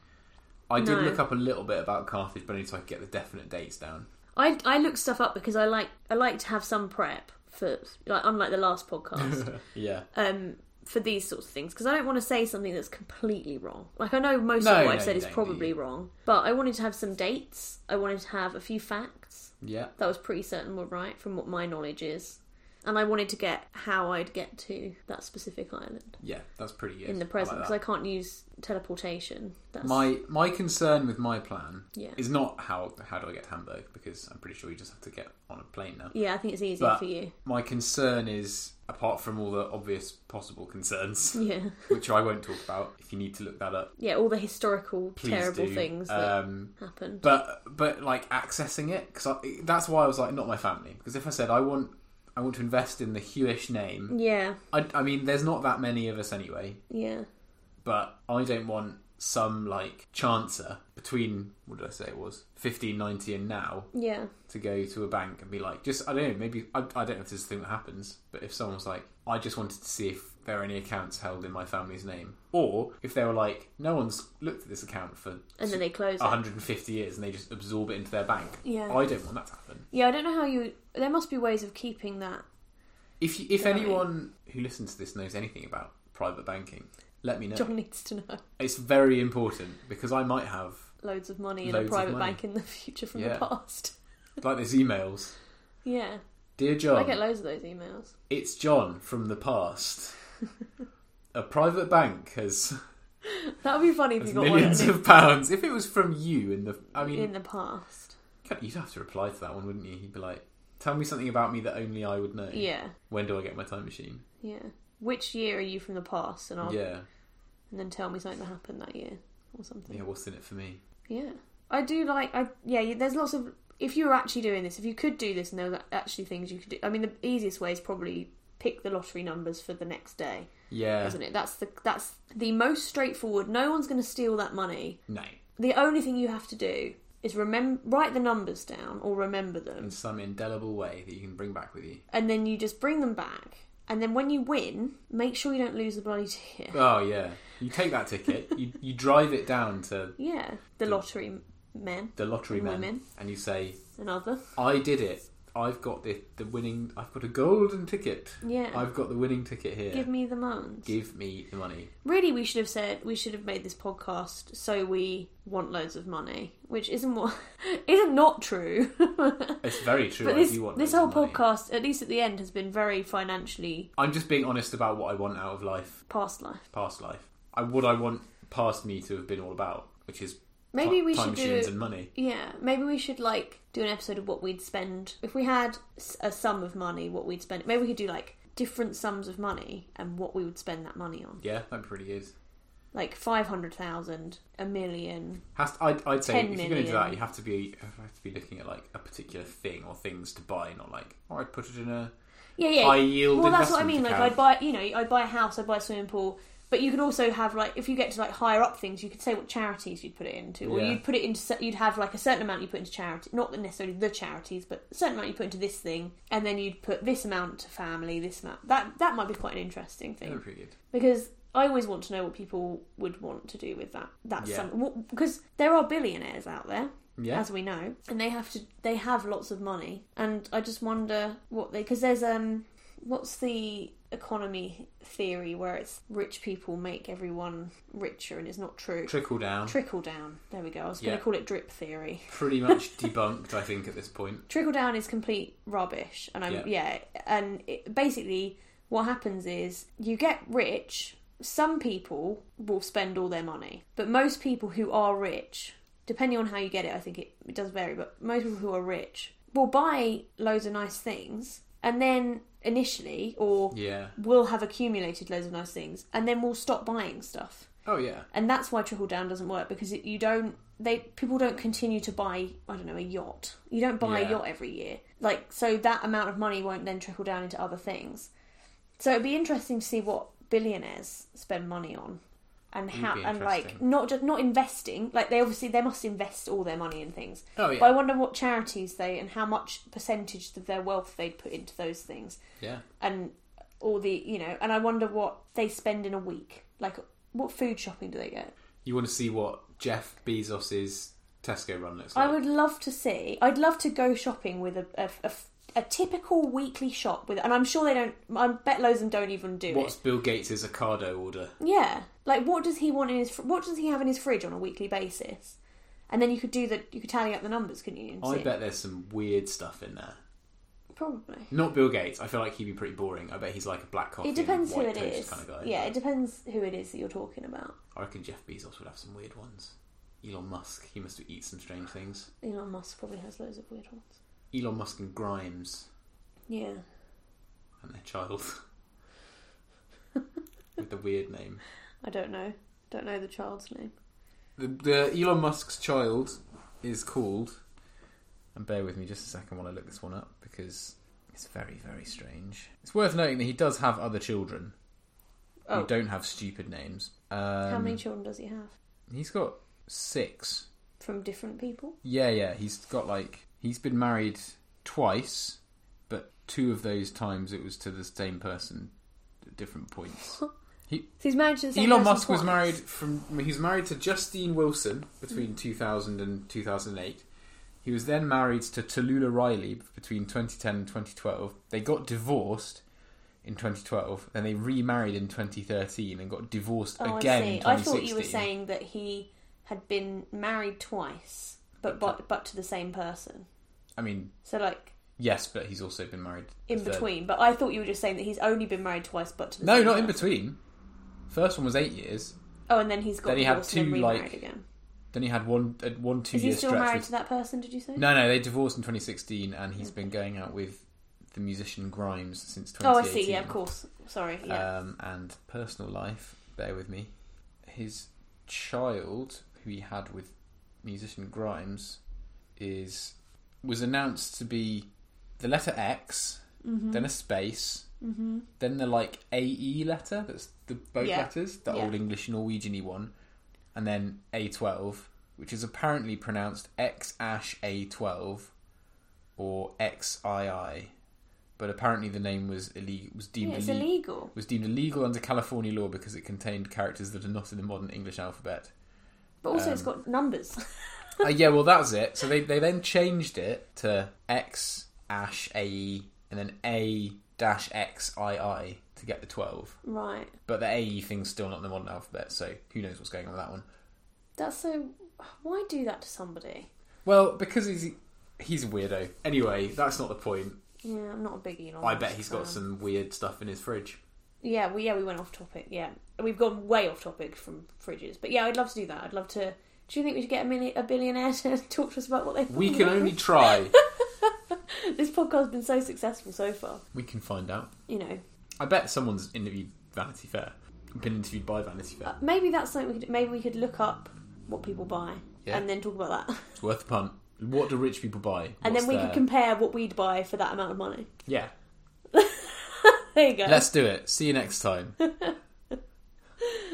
S2: I did
S1: No.
S2: look up a little bit about Carthage, but only so I could get the definite dates down.
S1: I, I looked stuff up because I like I like to have some prep for like unlike the last podcast.
S2: Yeah.
S1: um, for these sorts of things because I don't want to say something that's completely wrong. Like I know most
S2: No,
S1: of what
S2: no,
S1: I've said
S2: you
S1: is
S2: don't, do
S1: probably
S2: you?
S1: wrong, but I wanted to have some dates. I wanted to have a few facts
S2: Yeah.
S1: that I was pretty certain were right from what my knowledge is, and I wanted to get how I'd get to that specific island
S2: Yeah. That's pretty good.
S1: in the
S2: I like
S1: present because
S2: that.
S1: I can't use teleportation. That's
S2: my my concern with my plan
S1: Yeah.
S2: is not how how do I get to Hamburg because I'm pretty sure you just have to get on a plane now.
S1: yeah. I think it's easier
S2: But-
S1: for you.
S2: My concern is apart from all the obvious possible concerns,
S1: Yeah,
S2: which I won't talk about. If you need to look that up,
S1: yeah. All the historical
S2: please
S1: terrible
S2: do.
S1: things that
S2: um,
S1: happened.
S2: but but like accessing it because that's why I was like not my family because if I said I want I want to invest in the Hewish name,
S1: Yeah,
S2: I, I mean there's not that many of us anyway,
S1: yeah.
S2: but I don't want some like chancer between what did I say it was 1590 and now
S1: Yeah,
S2: to go to a bank and be like just I don't know maybe I, I don't know if this is a thing that happens but if someone was like I just wanted to see if there are any accounts held in my family's name or if they were like no one's looked at this account for
S1: and then they close it.
S2: 150 years and they just absorb it into their bank.
S1: Yeah.
S2: I don't want that to happen.
S1: Yeah, I don't know how you. There must be ways of keeping that.
S2: If you, if
S1: Right.
S2: anyone who listens to this knows anything about private banking, let me know.
S1: John needs to know
S2: It's very important because I might have
S1: loads of money in
S2: Loads
S1: a
S2: of
S1: private
S2: money.
S1: bank in the future from
S2: Yeah.
S1: the past.
S2: like there's emails.
S1: Yeah,
S2: Dear
S1: I
S2: John,
S1: get loads of those emails.
S2: it's John from the past. A private bank has,
S1: That would be funny if
S2: has
S1: you got one
S2: millions
S1: in,
S2: of pounds. If it was from you in the, I mean,
S1: in the past.
S2: God, you'd have to reply to that one, wouldn't you? You'd be like, "Tell me something about me that only I would know."
S1: Yeah,
S2: When do I get my time machine?
S1: yeah. Which year are you from the past? And I'll
S2: Yeah.
S1: and then tell me something that happened that year or something.
S2: Yeah. What's in it for me?
S1: Yeah, I do like. I yeah. you- There's lots of. If you were actually doing this, if you could do this, and there were actually things you could do. I mean, the easiest way is probably pick the lottery numbers for the next day,
S2: Yeah.
S1: isn't it? That's the that's the most straightforward. No one's going to steal that money.
S2: No.
S1: The only thing you have to do is remember write the numbers down or remember them,
S2: in some indelible way that you can bring back with you.
S1: and then you just bring them back. And then when you win, make sure you don't lose the bloody ticket.
S2: Oh yeah, you take that ticket, you you drive it down to
S1: Yeah, the lottery men,
S2: the lottery
S1: And
S2: men,
S1: women.
S2: and you say,
S1: another.
S2: "I did it. I've got the the winning. I've got a golden ticket.
S1: Yeah,
S2: I've got the winning ticket here.
S1: give me the moans.
S2: Give me the money."
S1: Really, we should have said we should have made this podcast so we want loads of money, which isn't what isn't not true. but
S2: It's very true. I
S1: this
S2: do want
S1: this
S2: loads of
S1: whole
S2: money.
S1: podcast, at least at the end, has been very financially
S2: I'm just being honest about what I want out of life,
S1: past life.
S2: past life. I what I want past me to have been all about, which is
S1: Maybe
S2: ti-
S1: we
S2: time
S1: should do
S2: machines
S1: it-
S2: and money.
S1: Yeah, maybe we should like do an episode of what we'd spend if we had s- a sum of money. What we'd spend. Maybe we could do like different sums of money and what we would spend that money on.
S2: Yeah, that'd be pretty good.
S1: Like five hundred thousand, a million.
S2: Has to, I'd, I'd say
S1: 10
S2: if you're going to do that,
S1: million.
S2: you have to be you have to be looking at like a particular thing or things to buy, not like oh, I'd put it in a
S1: Yeah, yeah.
S2: high yield.
S1: well, that's what I mean.
S2: investment
S1: Like I'd
S2: account.
S1: buy, you know, I'd buy a house, I'd buy a swimming pool. But you could also have like if you get to like higher up things, you could say what charities you'd put it into, or
S2: Yeah.
S1: you'd put it into cer- you'd have like a certain amount you put into charity, not necessarily the charities, but a certain amount you put into this thing, and then you'd put this amount to family, this amount that that might be quite an interesting thing
S2: That'd be pretty good.
S1: because I always want to know what people would want to do with that. That's
S2: Yeah.
S1: some what, because there are billionaires out there,
S2: Yeah,
S1: as we know, and they have to they have lots of money, and I just wonder what they because there's um what's the economy theory where it's rich people make everyone richer and it's not true.
S2: trickle down,
S1: Trickle down. There we go. I was going
S2: Yeah.
S1: to call it drip theory.
S2: pretty much debunked. I think at this point.
S1: Trickle down is complete rubbish, and I'm yeah, and it, basically what happens is you get rich. Some people will spend all their money, but most people who are rich, depending on how you get it, I think it, it does vary. But most people who are rich will buy loads of nice things, and then initially, or
S2: Yeah.
S1: will have accumulated loads of nice things, and then will stop buying stuff
S2: Oh yeah.
S1: and that's why trickle down doesn't work because it, you don't they people don't continue to buy i don't know a yacht you don't buy
S2: Yeah.
S1: a yacht every year like so that amount of money won't then trickle down into other things so it'd be interesting to see what billionaires spend money on and
S2: Would
S1: how
S2: be
S1: and like
S2: interesting.
S1: not just not investing like they obviously they must invest all their money in things
S2: Oh yeah.
S1: but i wonder what charities they and how much percentage of their wealth they'd put into those things
S2: yeah.
S1: and all the you know and i wonder what they spend in a week like what food shopping do they get
S2: You want to see what Jeff Bezos's Tesco run looks like?
S1: I would love to see. I'd love to go shopping with a, a, a- a typical weekly shop with, and I'm sure they don't. I bet loads of them don't even do
S2: What's
S1: it.
S2: Bill Gates's Ocado order?
S1: Yeah, like what does he want in his? fr- What does he have in his fridge on a weekly basis? And then you could do that. You could tally up the numbers, couldn't you? and
S2: I
S1: see?
S2: bet there's some weird stuff in there.
S1: probably.
S2: Not Bill Gates. I feel like he'd be pretty boring. I bet he's like a black coffee,
S1: It depends who
S2: white
S1: it
S2: toast
S1: is.
S2: kind of guy.
S1: yeah, it depends who it is that you're talking about.
S2: I reckon Jeff Bezos would have some weird ones. Elon Musk, he must eat some strange things.
S1: Elon Musk probably has loads of weird ones.
S2: Elon Musk and Grimes
S1: Yeah,
S2: and their child with the weird name.
S1: I don't know. Don't know the child's name.
S2: The, the Elon Musk's child is called. And bear with me just a second while I look this one up because it's very very strange. It's worth noting that he does have other children
S1: Oh,
S2: who don't have stupid names. Um,
S1: how many children does he have
S2: He's got six.
S1: from different people?
S2: Yeah, yeah. He's got like he's been married twice, but two of those times it was to the same person at different points.
S1: So he's married to the same
S2: Elon
S1: person
S2: Musk was
S1: twice.
S2: married from I mean, he was married to Justine Wilson between
S1: Mm.
S2: 2000 and 2008. He was then married to Tallulah Riley between 2010 and 2012. They got divorced in 2012, then they remarried in 2013 and got divorced
S1: Oh,
S2: again
S1: I
S2: in
S1: see. I thought you were
S2: 2016.
S1: saying that he had been married twice, but but, but to the same person.
S2: I mean,
S1: So like
S2: yes, but he's also been married
S1: in
S2: a third
S1: between. But I thought you were just saying that he's only been married twice, but to the
S2: No,
S1: same
S2: not in
S1: person.
S2: between. First one was eight years.
S1: Oh, and then he's got
S2: Then he had
S1: divorced and
S2: two,
S1: then remarried
S2: like,
S1: again.
S2: Then he had one uh, one two
S1: Is he
S2: year
S1: still
S2: stretch.
S1: married
S2: with-
S1: to that person? Did you say?
S2: No, no, they divorced in 2016, and he's been going out with the musician Grimes since
S1: Oh, I
S2: 2018.
S1: see. Yeah, of course. Sorry. Yeah.
S2: Um, and personal life. Bear with me. His child, who he had with musician Grimes, is was announced to be the letter X,
S1: Mm-hmm.
S2: then a space,
S1: hmm
S2: then the like AE letter, that's the both
S1: Yeah.
S2: letters, the
S1: Yeah.
S2: old English Norwegian y one, and then A12, which is apparently pronounced X ash A12 or XII. But apparently the name was illegal, was
S1: Yeah,
S2: deemed
S1: it's
S2: ille-
S1: illegal.
S2: was deemed illegal under California law because it contained characters that are not in the modern English alphabet.
S1: But also,
S2: um,
S1: it's got numbers.
S2: uh, yeah, well that's it. So they they then changed it to X ash AE and then A dash XII to get the 12.
S1: right.
S2: But the AE thing's still not in the modern alphabet, so who knows what's going on with that one.
S1: That's so. Why do that to somebody?
S2: Well, because he's he's a weirdo. Anyway, that's not the point.
S1: Yeah, I'm not a um, big Elon.
S2: I bet
S1: Musk
S2: he's got
S1: fan.
S2: some weird stuff in his fridge.
S1: Yeah, we yeah we went off topic. Yeah, we've gone way off topic from fridges, but yeah, I'd love to do that. I'd love to Do you think we should get a, mini- a billionaire to talk to us about what they?
S2: We
S1: think
S2: can
S1: of
S2: only
S1: us?
S2: try.
S1: This podcast's been so successful so far.
S2: we can find out.
S1: You know,
S2: I bet someone's interviewed Vanity Fair. Been interviewed by Vanity Fair.
S1: Uh, maybe that's something we could. Maybe we could look up what people buy
S2: Yeah.
S1: and then talk about that,
S2: It's worth a punt. What do rich people buy?
S1: and then
S2: What's
S1: we
S2: their-
S1: could compare what we'd buy for that amount of money.
S2: Yeah,
S1: There you go.
S2: let's do it. See you next time.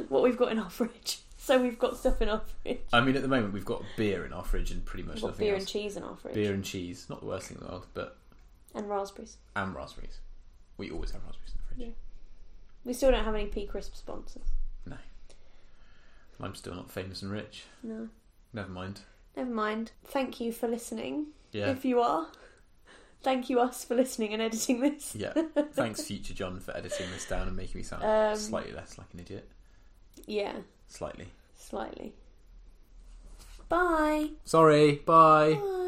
S1: What we've got in our fridge. So we've got stuff in our fridge.
S2: I mean, at the moment we've got beer in our fridge and pretty much
S1: We've got
S2: nothing
S1: beer
S2: else.
S1: and cheese in our fridge
S2: beer and cheese, not the worst thing in the world, but
S1: and raspberries.
S2: and raspberries. We always have raspberries in the fridge.
S1: We still don't have any pea crisp sponsors.
S2: And I'm still not famous and rich.
S1: No.
S2: Never mind.
S1: Never mind. Thank you for listening.
S2: Yeah,
S1: If you are, thank you us for listening and editing this.
S2: yeah. Thanks, future John, for editing this down and making me sound
S1: Um,
S2: slightly less like an idiot.
S1: Yeah,
S2: Slightly.
S1: slightly. Bye.
S2: Sorry. Bye.
S1: Bye.